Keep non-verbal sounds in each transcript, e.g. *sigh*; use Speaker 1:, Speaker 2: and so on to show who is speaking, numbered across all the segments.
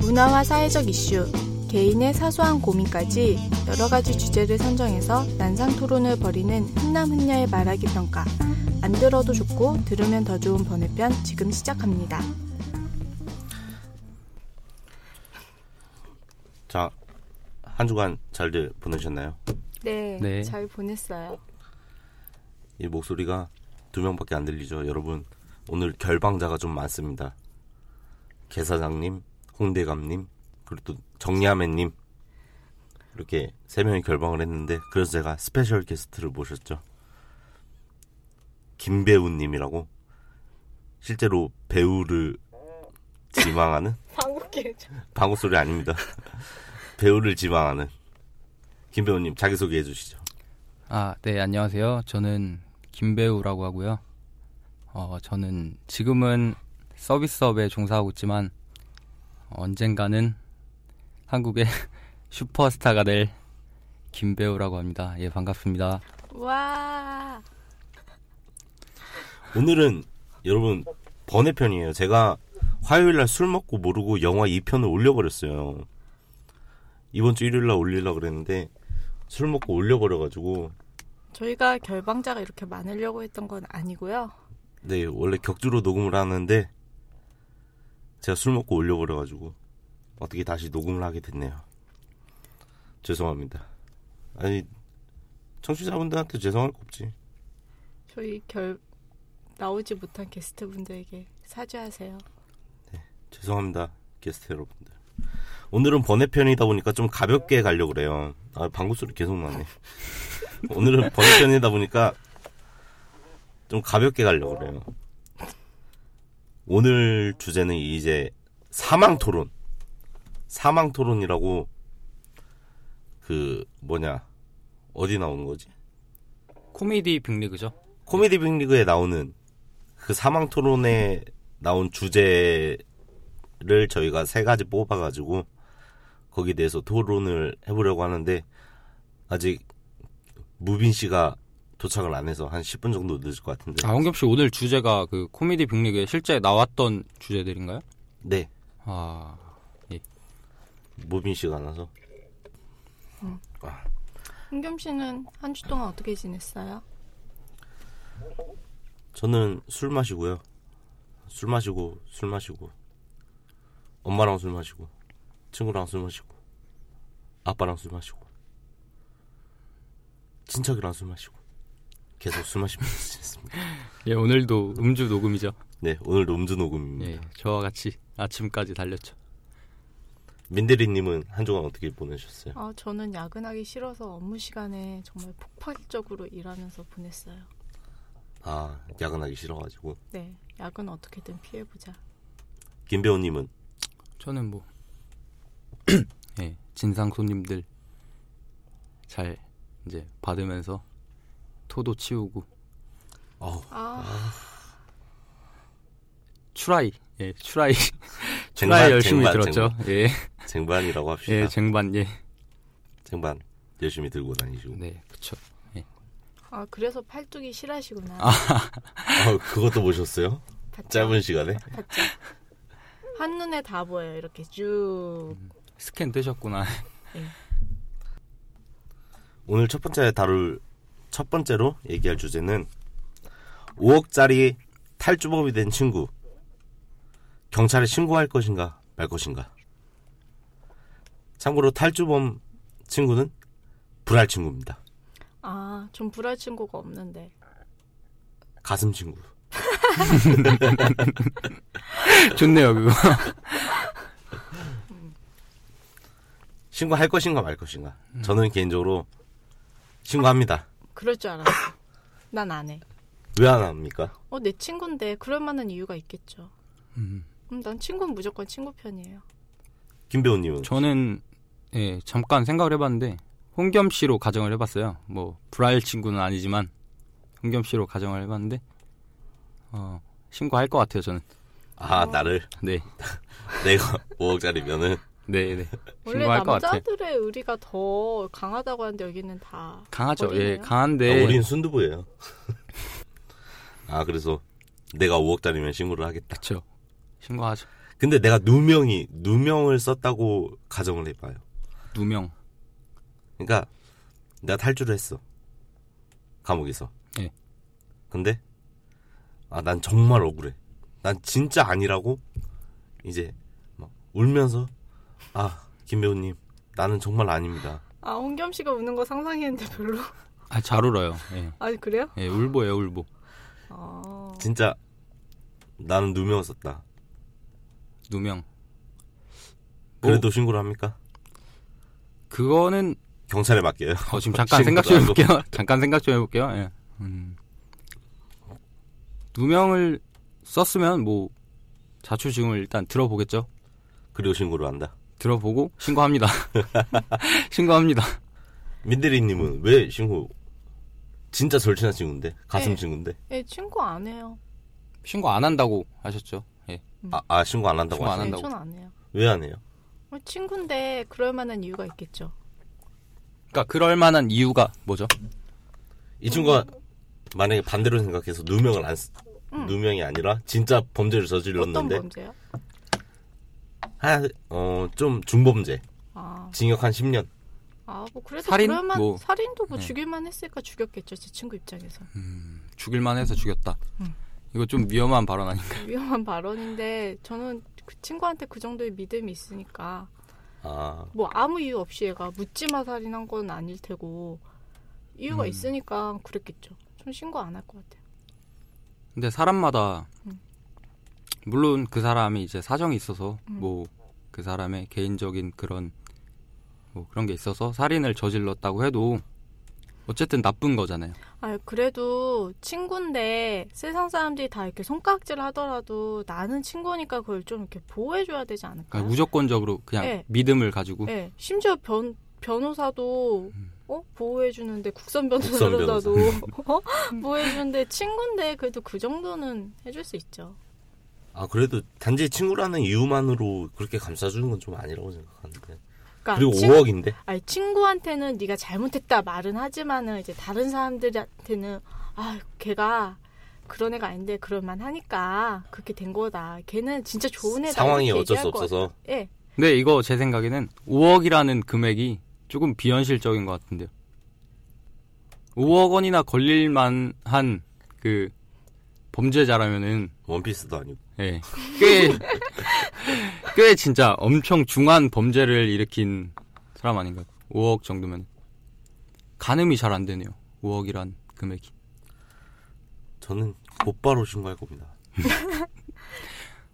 Speaker 1: 문화와 사회적 이슈, 개인의 사소한 고민까지 여러 가지 주제를 선정해서 난상 토론을 벌이는 훈남 훈녀의 말하기 평가. 안 들어도 좋고 들으면 더 좋은 번외편 지금 시작합니다.
Speaker 2: 자, 한 주간 잘들 보내셨나요?
Speaker 1: 네,
Speaker 3: 네.
Speaker 1: 잘 보냈어요.
Speaker 2: 이 목소리가 두 명밖에 안 들리죠. 여러분, 오늘 결방자가 좀 많습니다. 개사장님, 홍대감님, 그리고 또 정야매님. 이렇게 세 명이 결방을 했는데, 그래서 제가 스페셜 게스트를 모셨죠. 김배우님이라고, 실제로 배우를 지망하는?
Speaker 1: *laughs*
Speaker 2: 방구 소리 아닙니다. *laughs* 배우를 지망하는. 김배우님, 자기소개해 주시죠.
Speaker 3: 아, 네, 안녕하세요. 저는 김배우라고 하고요. 어, 저는 지금은 서비스업에 종사하고 있지만 언젠가는 한국의 *laughs* 슈퍼스타가 될 김배우라고 합니다. 예, 반갑습니다.
Speaker 1: 와,
Speaker 2: 오늘은 여러분 번외편이에요. 제가 화요일 날 술 먹고 모르고 영화 2편을 올려버렸어요. 이번 주 일요일 날 올리려고 그랬는데 술 먹고 올려버려가지고
Speaker 1: 저희가 결방자가 이렇게 많으려고 했던 건 아니고요.
Speaker 2: 네 원래 격주로 녹음을 하는데 제가 술 먹고 올려버려가지고 어떻게 다시 녹음을 하게 됐네요. 죄송합니다. 아니 청취자분들한테 죄송할 거 없지.
Speaker 1: 저희 결 나오지 못한 게스트분들에게 사죄하세요.
Speaker 2: 죄송합니다 게스트 여러분들 오늘은 번외편이다 보니까 좀 가볍게 가려고 그래요 아 방구 소리 계속 나네 *laughs* 오늘은 번외편이다 보니까 좀 가볍게 가려고 그래요 오늘 주제는 이제 사망 토론 사망 토론이라고 그 뭐냐 어디 나오는 거지
Speaker 3: 코미디 빅리그죠?
Speaker 2: 코미디 빅리그에 나오는 그 사망 토론에 나온 주제를 저희가 세 가지 뽑아가지고 거기에 대해서 토론을 해보려고 하는데 아직 무빈 씨가 도착을 안 해서 한 10분 정도 늦을 것 같은데.
Speaker 3: 아, 홍겸 씨 오늘 주제가 그 코미디 빅리그에 실제 나왔던 주제들인가요?
Speaker 2: 네,
Speaker 3: 아,
Speaker 2: 무빈 씨가 안 와서.
Speaker 1: 홍겸 씨는 한 주 동안 어떻게 지냈어요?
Speaker 2: 저는 술 마시고요. 술 마시고 술 마시고 엄마랑 술 마시고 친구랑 술 마시고 아빠랑 술 마시고 친척이랑 술 마시고 계속 술 마시면서 *laughs* 지냈습니다.
Speaker 3: 예, 오늘도 음주 녹음이죠.
Speaker 2: 네 오늘 음주 녹음입니다.
Speaker 3: 예, 저와 같이 아침까지 달렸죠.
Speaker 2: 민대리님은 한 주간 어떻게 보내셨어요?
Speaker 1: 아, 저는 야근하기 싫어서 업무 시간에 정말 폭발적으로 일하면서 보냈어요.
Speaker 2: 아 야근하기 싫어가지고
Speaker 1: 네, 야근 어떻게든 피해보자.
Speaker 2: 김배우님은
Speaker 3: 저는 뭐, *clears throat* 예, 진상 손님들 잘 이제 받으면서 토도 치우고
Speaker 2: 어우,
Speaker 1: 아,
Speaker 3: 추라이, 예, 추라이, *laughs* 추라이
Speaker 2: 쟁반,
Speaker 3: 열심히
Speaker 2: 쟁반,
Speaker 3: 들었죠. 예,
Speaker 2: 쟁반이라고 합시다.
Speaker 3: 예, 쟁반, 예,
Speaker 2: 쟁반 열심히 들고 다니시고
Speaker 3: 네, 그쵸.
Speaker 1: 아 그래서 팔뚝이 실하시구나.
Speaker 2: 아, 그것도 보셨어요?
Speaker 1: 봤죠?
Speaker 2: 짧은 시간에?
Speaker 1: 봤죠? 한눈에 다 보여요. 이렇게 쭉.
Speaker 3: 음. 스캔 뜨셨구나. *laughs*
Speaker 2: 오늘 첫 번째 다룰 첫 번째로 얘기할 주제는 5억짜리 탈주범이 된 친구 경찰에 신고할 것인가 말 것인가 참고로 탈주범 친구는 불알 친구입니다
Speaker 1: 아, 좀 불알 친구가 없는데.
Speaker 2: 가슴 친구
Speaker 3: 좋네요, 그거.
Speaker 2: 신고할 것인가 말 것인가 저는 개인적으로 신고합니다
Speaker 1: 그럴 줄 알았어. 난 안 해.
Speaker 2: 왜 안 합니까?
Speaker 1: 어, 내 친구인데 그럴 만한 이유가 있겠죠.
Speaker 3: 음.
Speaker 1: 음, 난 친구는 무조건 친구 편이에요.
Speaker 2: 김배우님은
Speaker 3: 저는 예, 잠깐 생각을 해봤는데 홍겸 씨로 가정을 해봤어요. 뭐 불알 친구는 아니지만 홍겸 씨로 가정을 해봤는데 어, 신고할 것 같아요, 저는.
Speaker 2: 아 나를
Speaker 3: 네,
Speaker 2: 내가 *laughs* 5억짜리면은
Speaker 3: 네, 네.
Speaker 1: 원래
Speaker 3: 신고할 것 같아.
Speaker 1: 남자들의 의리가 더 강하다고 하는데 여기는 다
Speaker 3: 강하죠. 예,
Speaker 1: 어리네요.
Speaker 3: 강한데
Speaker 2: 아, 우린 순두부예요 *laughs* 아 그래서 내가 5억짜리면 신고를 하겠다
Speaker 3: 그렇죠. 신고하죠.
Speaker 2: 근데 내가 누명이 누명을 썼다고 가정을 해봐요.
Speaker 3: 누명.
Speaker 2: 그러니까 내가 탈주를 했어 감옥에서.
Speaker 3: 예.
Speaker 2: 근데 아 난 정말 억울해. 난 진짜 아니라고 이제 막 울면서 아 김배우님 나는 정말 아닙니다.
Speaker 1: 아 홍겸 씨가 우는 거 상상했는데 별로.
Speaker 3: 아, 잘 *laughs* 울어요. 예.
Speaker 1: 아 그래요?
Speaker 3: 예, 울보예요, 울보.
Speaker 1: 아
Speaker 2: 진짜 나는 누명 썼다.
Speaker 3: 누명.
Speaker 2: 그래도 신고를 합니까?
Speaker 3: 그거는
Speaker 2: 경찰에 맡겨요. *laughs*
Speaker 3: 어, 지금 잠깐 생각 좀 해볼게요. *laughs* 잠깐 생각 좀 해볼게요. 예. 음. 누명을 썼으면 뭐 자초증을 일단 들어보겠죠.
Speaker 2: 그리고 신고를 한다.
Speaker 3: 들어보고 신고합니다. *laughs* 신고합니다.
Speaker 2: 민대리님은 왜 신고? 진짜 절친한 친구인데 가슴
Speaker 1: 네.
Speaker 2: 친구인데
Speaker 1: 예, 친구 안 해요.
Speaker 3: 신고 안 한다고 하셨죠. 예.
Speaker 1: 음.
Speaker 2: 아, 아, 신고 안 한다고
Speaker 3: 신고 안
Speaker 2: 하세요?
Speaker 1: 네,
Speaker 3: 한다고.
Speaker 1: 저는 안 해요.
Speaker 2: 왜 안 해요?
Speaker 1: 어, 친구인데 그럴 만한 이유가 있겠죠.
Speaker 3: 그러니까 그럴 만한 이유가 뭐죠?
Speaker 1: 음.
Speaker 2: 이 친구가 만약에 반대로 생각해서 누명을 안 쓰, 누명이 아니라 진짜 범죄를
Speaker 1: 음. 어떤
Speaker 2: 저질렀는데 아,
Speaker 1: 범죄요?
Speaker 2: 한어좀 중범죄
Speaker 1: 아,
Speaker 2: 징역 한 10년
Speaker 1: 아, 뭐 그래도
Speaker 3: 살인?
Speaker 1: 그럴만
Speaker 3: 뭐.
Speaker 1: 살인도 뭐
Speaker 3: 네. 음.
Speaker 1: 죽일만 했으니까 죽였겠죠 제 친구 입장에서
Speaker 3: 죽일만 해서 죽였다.
Speaker 1: 음.
Speaker 3: 이거 좀 위험한 발언 아닌가?
Speaker 1: 위험한 발언인데 저는 그 친구한테 그 정도의 믿음이 있으니까
Speaker 2: 아
Speaker 1: 뭐 아무 이유 없이 얘가 묻지마 살인한 건 아닐 테고 이유가
Speaker 3: 음.
Speaker 1: 있으니까 그랬겠죠. 전 신고 안 할 것 같아요.
Speaker 3: 근데 사람마다
Speaker 1: 음.
Speaker 3: 물론 그 사람이 이제 사정이 있어서
Speaker 1: 음.
Speaker 3: 뭐 그 사람의 개인적인 그런 뭐 그런 게 있어서 살인을 저질렀다고 해도 어쨌든 나쁜 거잖아요.
Speaker 1: 아 그래도 친구인데 세상 사람들이 다 이렇게 손가락질 하더라도 나는 친구니까 그걸 좀 이렇게 보호해줘야 되지 않을까요?
Speaker 3: 그러니까 무조건적으로 그냥
Speaker 1: 네.
Speaker 3: 믿음을 가지고
Speaker 1: 예, 심지어 변 변호사도 어 보호해 주는데 국선
Speaker 2: 국선 변호사.
Speaker 1: 변호사라도 *laughs* 어? 보호해 주는데 친구인데 그래도 그 정도는 해줄 수 있죠.
Speaker 2: 아, 그래도 단지 친구라는 이유만으로 그렇게 감싸주는 건 좀 아니라고 생각하는데
Speaker 1: 그러니까
Speaker 2: 그리고
Speaker 1: 친-
Speaker 2: 5억인데
Speaker 1: 아니 친구한테는 네가 잘못했다 말은 하지만은 이제 다른 사람들한테는 아 걔가 그런 애가 아닌데 그럴만 하니까 그렇게 된 거다. 걔는 진짜 좋은 애다.
Speaker 2: 상황이
Speaker 1: 이렇게
Speaker 2: 어쩔 수
Speaker 1: 얘기할 것
Speaker 2: 없어서
Speaker 1: 같아요. 예,
Speaker 3: 근데 이거 제 생각에는 5억이라는 금액이 조금 비현실적인 것 같은데요. 5억 원이나 걸릴만한 그 범죄자라면은
Speaker 2: 원피스도 아니고
Speaker 3: 예, 꽤, 꽤 진짜 엄청 중한 범죄를 일으킨 사람 아닌가. 5억 정도면. 가늠이 잘 안 되네요. 5억이란 금액이.
Speaker 2: 저는 곧바로 신고할 겁니다.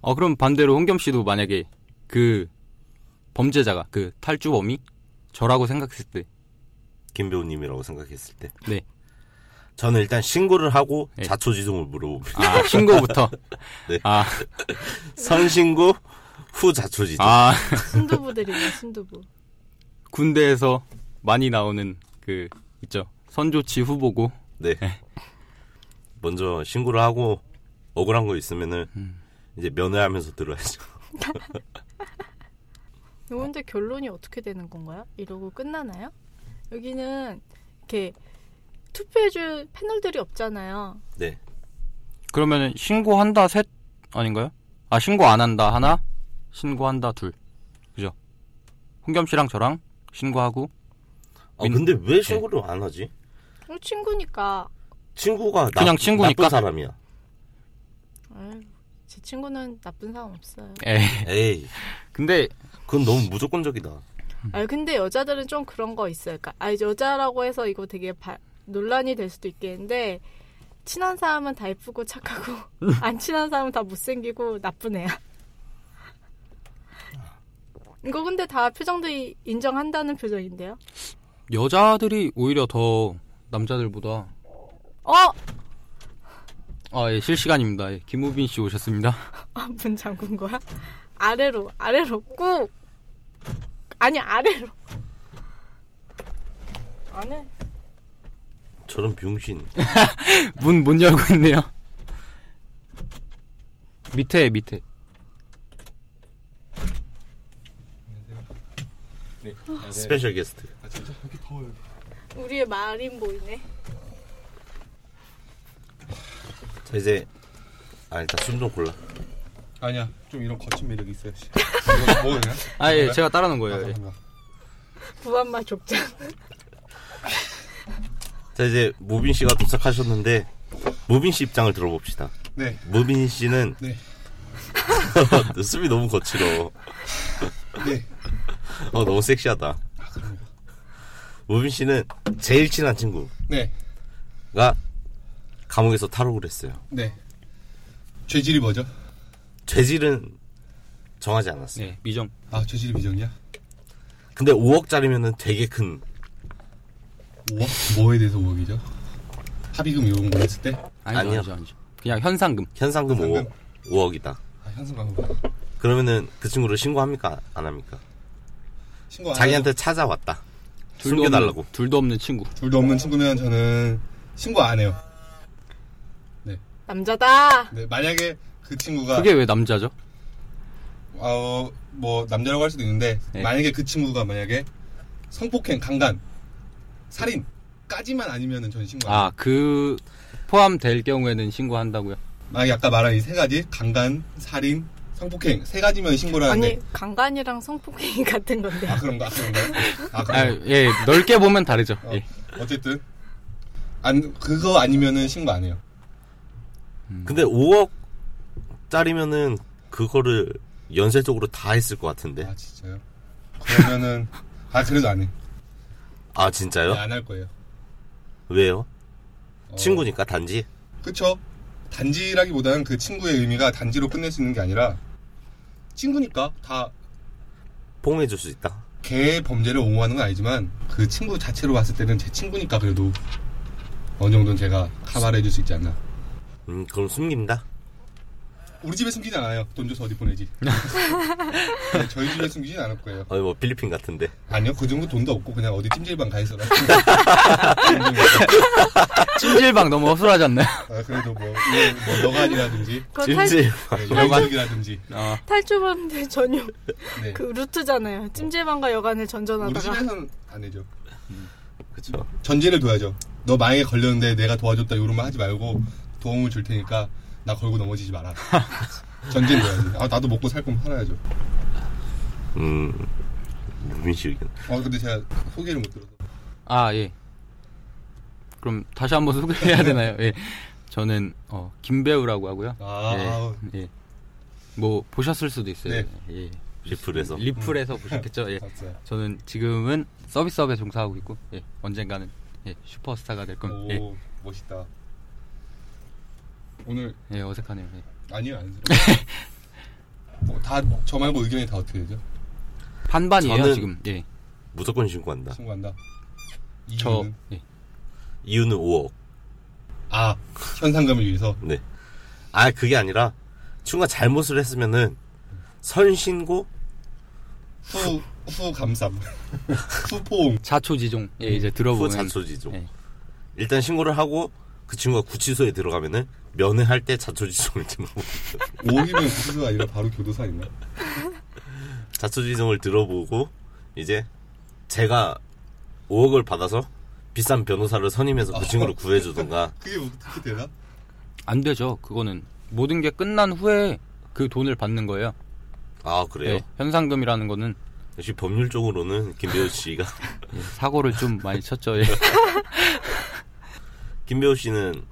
Speaker 3: 어, 그럼 반대로 홍겸 씨도 만약에 그 범죄자가, 그 탈주범이 저라고 생각했을 때,
Speaker 2: 김배우님이라고 생각했을 때
Speaker 3: 네.
Speaker 2: 저는 일단 신고를 하고
Speaker 3: 네.
Speaker 2: 자초지종을 물어봅니다. *laughs*
Speaker 3: 아, 신고부터.
Speaker 2: 네.
Speaker 3: 아,
Speaker 2: 선신고 후 자초지종.
Speaker 3: 아, *laughs*
Speaker 1: 순두부들이네 순두부.
Speaker 3: 군대에서 많이 나오는 그, 있죠. 선조치 후보고,
Speaker 2: 네.
Speaker 3: 예.
Speaker 2: 먼저 신고를 하고 억울한 거 있으면은
Speaker 3: 음.
Speaker 2: 이제 면회하면서 들어야죠. *laughs*
Speaker 1: 근데 결론이 어떻게 되는 건가요? 이러고 끝나나요? 여기는 이렇게 투표해줄 패널들이 없잖아요.
Speaker 2: 네.
Speaker 3: 그러면 신고한다 셋 아닌가요? 아 신고 안 한다 하나, 신고한다 둘, 그죠? 홍겸 씨랑 저랑 신고하고
Speaker 2: 아
Speaker 3: 민- 예.
Speaker 2: 근데 왜 신고를 안 하지?
Speaker 1: 어, 친구니까.
Speaker 2: 친구가 나,
Speaker 3: 그냥 친구니까?
Speaker 2: 나쁜 사람이야.
Speaker 1: 아유, 제 친구는 나쁜 사람 없어요.
Speaker 3: 에
Speaker 2: 에이,
Speaker 3: 예. 근데
Speaker 2: 그건 너무 무조건적이다.
Speaker 1: 아 근데 여자들은 좀 그런 거 있어요. 그러니까 아 여자라고 해서 이거 되게 바- 논란이 될 수도 있겠는데 친한 사람은 다 예쁘고 착하고 안 친한 사람은 다 못생기고 나쁜 애야. 이거 근데 다 표정들이 인정한다는 표정인데요.
Speaker 3: 여자들이 오히려 더 남자들보다
Speaker 1: 어!
Speaker 3: 아 예, 실시간입니다. 예, 김우빈 씨 오셨습니다. *laughs*
Speaker 1: 아, 문 잠근 거야? 아래로, 아래로, 꾹! 아니, 아래로. 안 해.
Speaker 2: 저런 병신.
Speaker 3: 문 못 열고 있네요. 밑에 밑에.
Speaker 2: 스페셜 게스트.
Speaker 1: 우리의 말인 보이네.
Speaker 2: 자, 이제, 아, 일단 숨 좀 골라.
Speaker 3: 아니야.
Speaker 4: 좀 이런 거친 매력이 있어요.
Speaker 2: *laughs*
Speaker 4: 씨. 이거 뭐 그냥?
Speaker 3: 아, 예,
Speaker 4: 그래?
Speaker 3: 제가 따라놓은 거예요.
Speaker 2: 네.
Speaker 3: 예.
Speaker 4: 감사합니다.
Speaker 1: 부안마 족장.
Speaker 2: 자 이제 무빈 씨가 도착하셨는데 무빈 씨 입장을 들어봅시다.
Speaker 4: 네,
Speaker 2: 무빈 씨는
Speaker 4: 네,
Speaker 2: *laughs* 숨이 너무 거칠어.
Speaker 4: 네.
Speaker 2: 어, 너무 섹시하다. 무빈 씨는 제일 친한 친구가
Speaker 4: 네,
Speaker 2: 감옥에서 탈옥을 했어요.
Speaker 4: 네. 죄질이 뭐죠?
Speaker 2: 죄질은 정하지 않았어요.
Speaker 3: 예, 미정.
Speaker 4: 아, 죄질이 미정이야?
Speaker 2: 근데 5억짜리면은 되게 큰
Speaker 4: 5억? 뭐에 대해서 5억이죠? 합의금 이런 거 했을 때?
Speaker 3: 아니죠,
Speaker 2: 아니요.
Speaker 3: 아니죠, 아니죠. 그냥 현상금.
Speaker 2: 현상금 5억, 5억이다.
Speaker 4: 아, 현승 광고.
Speaker 2: 그러면은 그 친구를 신고합니까? 안 합니까?
Speaker 4: 친구 안
Speaker 2: 자기한테 찾아왔다.
Speaker 3: 둘도
Speaker 2: 숨겨달라고.
Speaker 3: 없는, 둘도 없는 친구.
Speaker 4: 해요? 둘도 없는 친구면 저는 신고 안 해요.
Speaker 1: 남자다.
Speaker 4: 네, 만약에 그
Speaker 2: 아.
Speaker 4: 친구가
Speaker 3: 그게 왜 남자죠?
Speaker 4: 어, 뭐 남자라고 할 수도 있는데
Speaker 3: 네.
Speaker 4: 만약에 그 친구가 만약에 성폭행, 강간, 살인까지만 아니면은 저는 신고 안 해요.
Speaker 3: 아, 그 포함될 경우에는 신고한다고요.
Speaker 4: 만약에 아까 말한 이 세 가지 강간, 살인, 성폭행 세 가지면 신고를 하는데
Speaker 1: 아니 강간이랑 성폭행이 *laughs* 같은 건데.
Speaker 4: 네. 아 그런가? 아 그런가? 아
Speaker 3: 아,
Speaker 4: 그런가?
Speaker 3: 예, 넓게 보면 다르죠.
Speaker 4: 어,
Speaker 3: 예.
Speaker 4: 어쨌든 안 그거 아니면은 신고 안 해요.
Speaker 2: 근데 5억짜리면은 그거를 연쇄적으로 다 했을 것 같은데.
Speaker 4: 아 진짜요? 그러면은 아 그래도 안 해. 네,
Speaker 2: 아, 진짜요?
Speaker 4: 안 할 거예요.
Speaker 2: 왜요?
Speaker 4: 어,
Speaker 2: 친구니까 단지.
Speaker 4: 그쵸? 단지라기보다는 그 친구의 의미가 단지로 끝낼 수 있는 게 아니라 친구니까 다
Speaker 2: 포옹해줄 수 있다.
Speaker 4: 걔의 범죄를 옹호하는 건 아니지만 그 친구 자체로 봤을 때는 제 친구니까 그래도 어느 정도는 제가 카바를 해줄 수 있지 않나.
Speaker 2: 음, 그럼 숨긴다.
Speaker 4: 우리 집에 숨기지 않아요. 돈 줘서 어디 보내지. 네, 저희 집에 숨기진 않을 거예요.
Speaker 2: 어, 뭐 필리핀 같은데.
Speaker 4: 아니요, 그 정도 돈도 없고 그냥 어디 찜질방 가 있어라.
Speaker 3: 찜질방 너무 허술하지 않나요?
Speaker 4: 아, 그래도 뭐, 이- 뭐 너간이라든지,
Speaker 1: 그거 탈,
Speaker 2: 진지.
Speaker 4: 네, *laughs* 여간이라든지.
Speaker 3: 어,
Speaker 1: 탈주범들 전용
Speaker 4: 네.
Speaker 1: 그 루트잖아요. 찜질방과 여관을 전전하다가.
Speaker 4: 우리 집에서는 안 해죠.
Speaker 2: 그쵸.
Speaker 4: 전제를 둬야죠. 너 만약에 걸렸는데 내가 도와줬다 이런 말 하지 말고 도움을 줄 테니까 나 걸고 넘어지지 마라. 전제를 둬야지. 아 나도 먹고 살 거면 살아야죠.
Speaker 2: 음, 무빈 씨 의견.
Speaker 4: 어 근데 제가 소개를 못 들어서.
Speaker 3: 아, 예. 그럼 다시 한번
Speaker 4: 네.
Speaker 3: 소개해야 되나요? 예. 저는 어, 김배우라고 하고요.
Speaker 4: 아, 아우.
Speaker 3: 예. 예. 뭐 보셨을 수도 있어요.
Speaker 4: 네. 음.
Speaker 3: 예.
Speaker 2: 리플에서.
Speaker 3: 리플에서 보셨겠죠? 예.
Speaker 4: 알았어요.
Speaker 3: 저는 지금은 서비스업에 종사하고 있고 예. 언젠가는 예. 슈퍼스타가 될 겁니다. 예.
Speaker 4: 오 멋있다. 오늘
Speaker 3: 예, 어색하네요. 예.
Speaker 4: 아니요 안쓰러워. 다저 말고 의견이 다 어떻게 되죠?
Speaker 3: 반반이에요,
Speaker 2: 저는-
Speaker 3: 지금. 예.
Speaker 2: 무조건 신고한다.
Speaker 4: 신고한다.
Speaker 3: 저
Speaker 4: 이유는?
Speaker 3: 예.
Speaker 2: 이유는 5억.
Speaker 4: 아 현상금을 위해서.
Speaker 2: 네. 아, 그게 아니라, 친구가 잘못을 했으면은, 선신고?
Speaker 4: 후, 후 감삼. *laughs* 후포옹.
Speaker 3: 자초지종. 예, 이제 들어보면
Speaker 2: 후 자초지종.
Speaker 3: 예.
Speaker 2: 일단 신고를 하고, 그 친구가 구치소에 들어가면은, 면회할 때 자초지종을 들어보고,
Speaker 4: 오기면 구수가 아니라 바로 교도소 아닌가?
Speaker 2: 자초지종을 들어보고, 이제, 제가 5억을 받아서, 비싼 변호사를 선임해서 그 친구를 구해주던가,
Speaker 4: 그게 뭐 그렇게 되나?
Speaker 3: 안 되죠. 그거는 모든 게 끝난 후에 그 돈을 받는 거예요.
Speaker 2: *laughs* 아, 그래요?
Speaker 3: 예. 현상금이라는 거는
Speaker 2: 역시 법률적으로는 김배우 씨가 *laughs*
Speaker 3: 예, 사고를 좀 많이 쳤죠. *laughs* 예.
Speaker 2: 김배우 씨는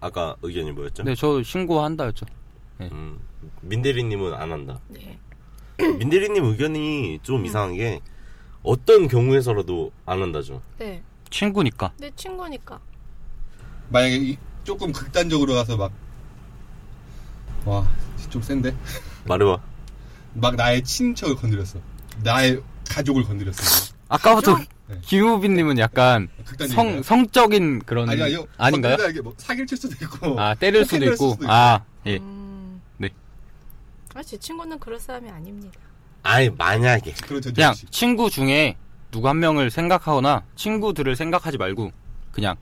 Speaker 2: 아까 의견이 뭐였죠?
Speaker 3: 네, 저 신고한다였죠.
Speaker 2: 음, 민대리님은 안 한다. *clears throat*
Speaker 1: 네.
Speaker 2: 민대리님 의견이 좀 이상한 게 어떤 경우에서라도 안 한다죠.
Speaker 1: 네.
Speaker 3: 친구니까.
Speaker 1: 내 친구니까.
Speaker 4: 만약에 이- 조금 극단적으로 가서 막, 와, 좀 센데?
Speaker 2: 말해봐.
Speaker 4: 막 나의 친척을 건드렸어. 나의 가족을 건드렸어.
Speaker 3: 아까부터 *laughs*
Speaker 4: 네.
Speaker 3: 김우빈님은 약간 성
Speaker 4: 극단적인.
Speaker 3: 성적인 그런
Speaker 4: 아니, 아니요.
Speaker 3: 닌가요
Speaker 4: 건드리다 이게 뭐 사귈 수도 있고.
Speaker 3: 아 때릴 수도
Speaker 4: 폭행을
Speaker 3: 있고
Speaker 4: 했을 수도
Speaker 3: 아 예.
Speaker 1: 음.
Speaker 3: 네.
Speaker 1: 아, 제 친구는 그럴 사람이 아닙니다.
Speaker 2: 아니 만약에
Speaker 4: 그런 전제
Speaker 3: 그냥
Speaker 4: 없이.
Speaker 3: 친구 중에 누구 한 명을 생각하거나 친구들을 생각하지 말고 그냥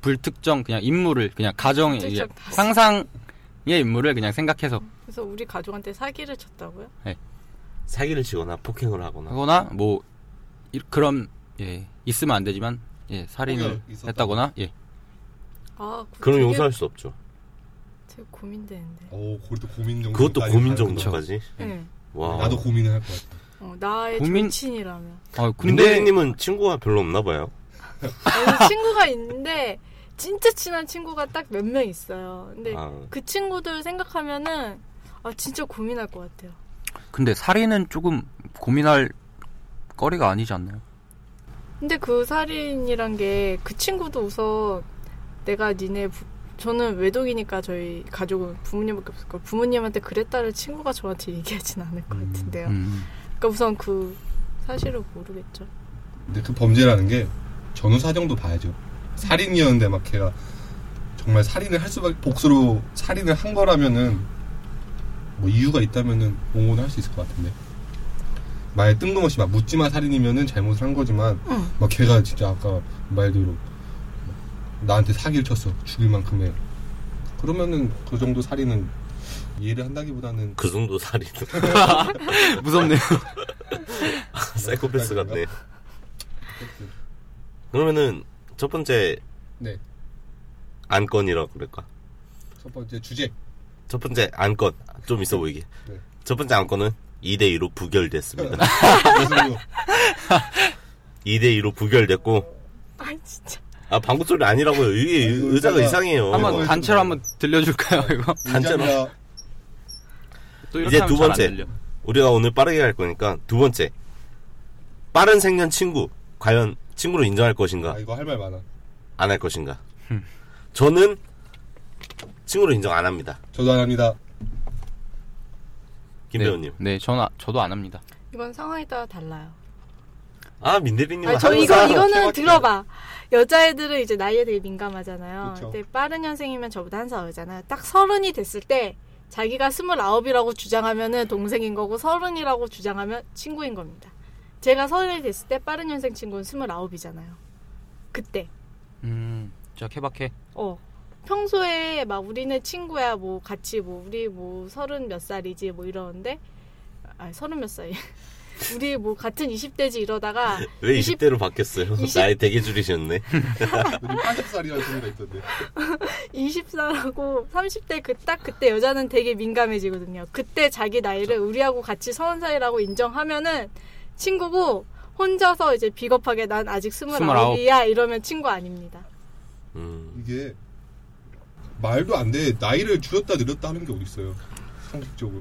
Speaker 3: 불특정 그냥 인물을 그냥 가정 이제
Speaker 1: 불특정 다수.
Speaker 3: 상상의 인물을 그냥 생각해서
Speaker 1: 그래서 우리 가족한테 사기를 쳤다고요?
Speaker 2: 사기를 치거나 폭행을 하거나
Speaker 3: 하거나 뭐 이- 그런 예 있으면 안 되지만 예 살인을
Speaker 4: 폭력이 있었다거나.
Speaker 3: 했다거나 예
Speaker 1: 아, 그
Speaker 2: 그럼
Speaker 1: 되게-
Speaker 2: 용서할 수 없죠.
Speaker 1: 되게, 되게 고민되는데.
Speaker 4: 오, 그것도 고민 정도.
Speaker 2: 아, 그것도 고민 정도까지.
Speaker 1: 네.
Speaker 2: 와.
Speaker 4: 나도 고민을 할 것 같아.
Speaker 1: 어, 나의
Speaker 3: 고민-
Speaker 1: 절친이라면.
Speaker 3: 아, 근데
Speaker 2: 김대리님은 친구가 별로 없나 봐요.
Speaker 1: 아니, 친구가 있는데 진짜 친한 친구가 딱 몇 명 있어요. 근데
Speaker 2: 아,
Speaker 1: 그 친구들 생각하면은 아 진짜 고민할 것 같아요.
Speaker 3: 근데 살인은 조금 고민할 거리가 아니지 않나요?
Speaker 1: 근데 그 살인이란 게 그 친구도 우선 내가 니네 부- 저는 외동이니까 저희 가족은 부모님밖에 없을 거예요. 부모님한테 그랬다를 친구가 저한테 얘기하진 않을 것
Speaker 4: 음.
Speaker 1: 같은데요.
Speaker 2: *laughs*
Speaker 3: 음.
Speaker 1: 그러니까 우선 그 사실을 모르겠죠.
Speaker 4: 근데 그 범죄라는 게 전후 사정도 봐야죠. 살인이었는데 막 걔가 정말 살인을 할 수밖에 복수로 살인을 한 거라면은 뭐 이유가 있다면은 옹호는 할 수 있을 것 같은데. 만약 뜬금없이 막 묻지마 살인이면은 잘못을 한 거지만
Speaker 1: 응.
Speaker 4: 막 걔가 진짜 아까 말대로 나한테 사기를 쳤어 죽일 만큼의 그러면은 그 정도 살인은 이해를 한다기보다는
Speaker 2: 그 정도 살이 좀 *laughs*
Speaker 3: 무섭네요.
Speaker 2: 사이코패스 같네. 그러면은 첫 번째
Speaker 4: 네.
Speaker 2: 안건이라고 그럴까?
Speaker 4: 첫 번째 주제
Speaker 2: 첫 번째 안건 좀 있어 보이게.
Speaker 4: 네.
Speaker 2: 첫 번째 안건은 2대 2로 부결됐습니다.
Speaker 4: 예술로.
Speaker 2: 2대 2로 부결됐고
Speaker 1: 아 진짜.
Speaker 2: 아 방구 소리 아니라고요. 이게 의자가
Speaker 4: 의자가-
Speaker 2: 이상해요.
Speaker 3: *laughs*
Speaker 4: 어.
Speaker 3: 한번 단체로 한번 들려줄까요, 이거?
Speaker 2: 단체로.
Speaker 4: 의자가
Speaker 3: 또
Speaker 2: 이제 두
Speaker 3: 하면
Speaker 2: 번째.
Speaker 3: 잘안 들려.
Speaker 2: 우리가 오늘 빠르게 할 거니까 두 번째 빠른 생년 친구 과연 친구로 인정할 것인가
Speaker 4: 아 이거 할 말 많아
Speaker 2: 안 할 것인가 저는 친구로 인정 안 합니다
Speaker 4: 저도 안 합니다
Speaker 2: 김 배우님
Speaker 3: 네, 네 저는 아- 저도 안 합니다.
Speaker 1: 이건 상황에 따라 달라요.
Speaker 2: 아 민대리님
Speaker 1: 아, 저 이거
Speaker 2: 항상
Speaker 1: 이거는
Speaker 4: 생각해요.
Speaker 1: 들어봐. 여자애들은 이제 나이에 되게 민감하잖아요.
Speaker 4: 그쵸.
Speaker 1: 근데 빠른 년생이면 저보다 한 살 어리잖아요. 딱 서른이 됐을 때 자기가 스물아홉이라고 주장하면은 동생인 거고 서른이라고 주장하면 친구인 겁니다. 제가 서른이 됐을 때 빠른 년생 친구는 스물아홉이잖아요. 그때
Speaker 3: 음, 자 케바케.
Speaker 1: 어 평소에 막 우리는 친구야 뭐 같이 뭐 우리 뭐 서른 몇 살이지 뭐 이러는데 아 서른 몇 살이 *laughs* 우리 뭐 같은 20대지 이러다가
Speaker 2: 왜
Speaker 1: 20
Speaker 2: 20대로 바뀌었어요
Speaker 1: 이십-
Speaker 2: 나이 되게
Speaker 1: *laughs*
Speaker 2: 줄이셨네
Speaker 4: 여기 80살이라는 소리가 있던데
Speaker 1: 24하고 30대 그 딱 그때 여자는 되게 민감해지거든요. 그때 자기 나이를
Speaker 3: 그렇죠.
Speaker 1: 우리하고 같이 서른 살이라고 인정하면은 친구고 혼자서 이제 비겁하게 난 아직
Speaker 3: 스물아홉.
Speaker 1: 29이야 이러면 친구 아닙니다.
Speaker 2: 음,
Speaker 4: 이게 말도 안 돼 나이를 줄였다 늘렸다 하는 게 어디 있어요 상식적으로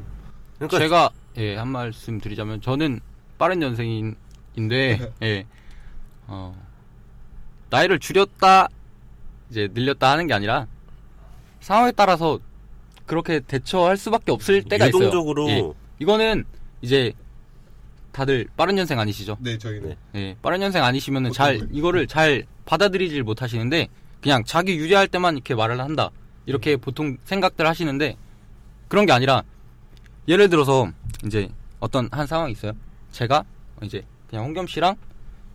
Speaker 2: 그러니까
Speaker 3: 제가 예, 한 말씀 드리자면 저는 빠른
Speaker 2: 네.
Speaker 3: 연생인인데 예. 어, 나이를 줄였다 이제 늘렸다 하는 게 아니라 상황에 따라서 그렇게 대처할 수밖에 없을 때가
Speaker 2: 유동적으로
Speaker 3: 있어요. 예. 이거는 이제 다들 빠른 연생 아니시죠?
Speaker 4: 네 저희는
Speaker 2: 네.
Speaker 3: 예, 빠른 연생 아니시면은 잘
Speaker 4: 어떤 거예요?
Speaker 3: 이거를 잘 받아들이질 못하시는데 그냥 자기 유리할 때만 이렇게 말을 한다 이렇게
Speaker 4: 음.
Speaker 3: 보통 생각들 하시는데 그런 게 아니라 예를 들어서 이제 어떤 한 상황이 있어요. 제가 이제 그냥 홍겸 씨랑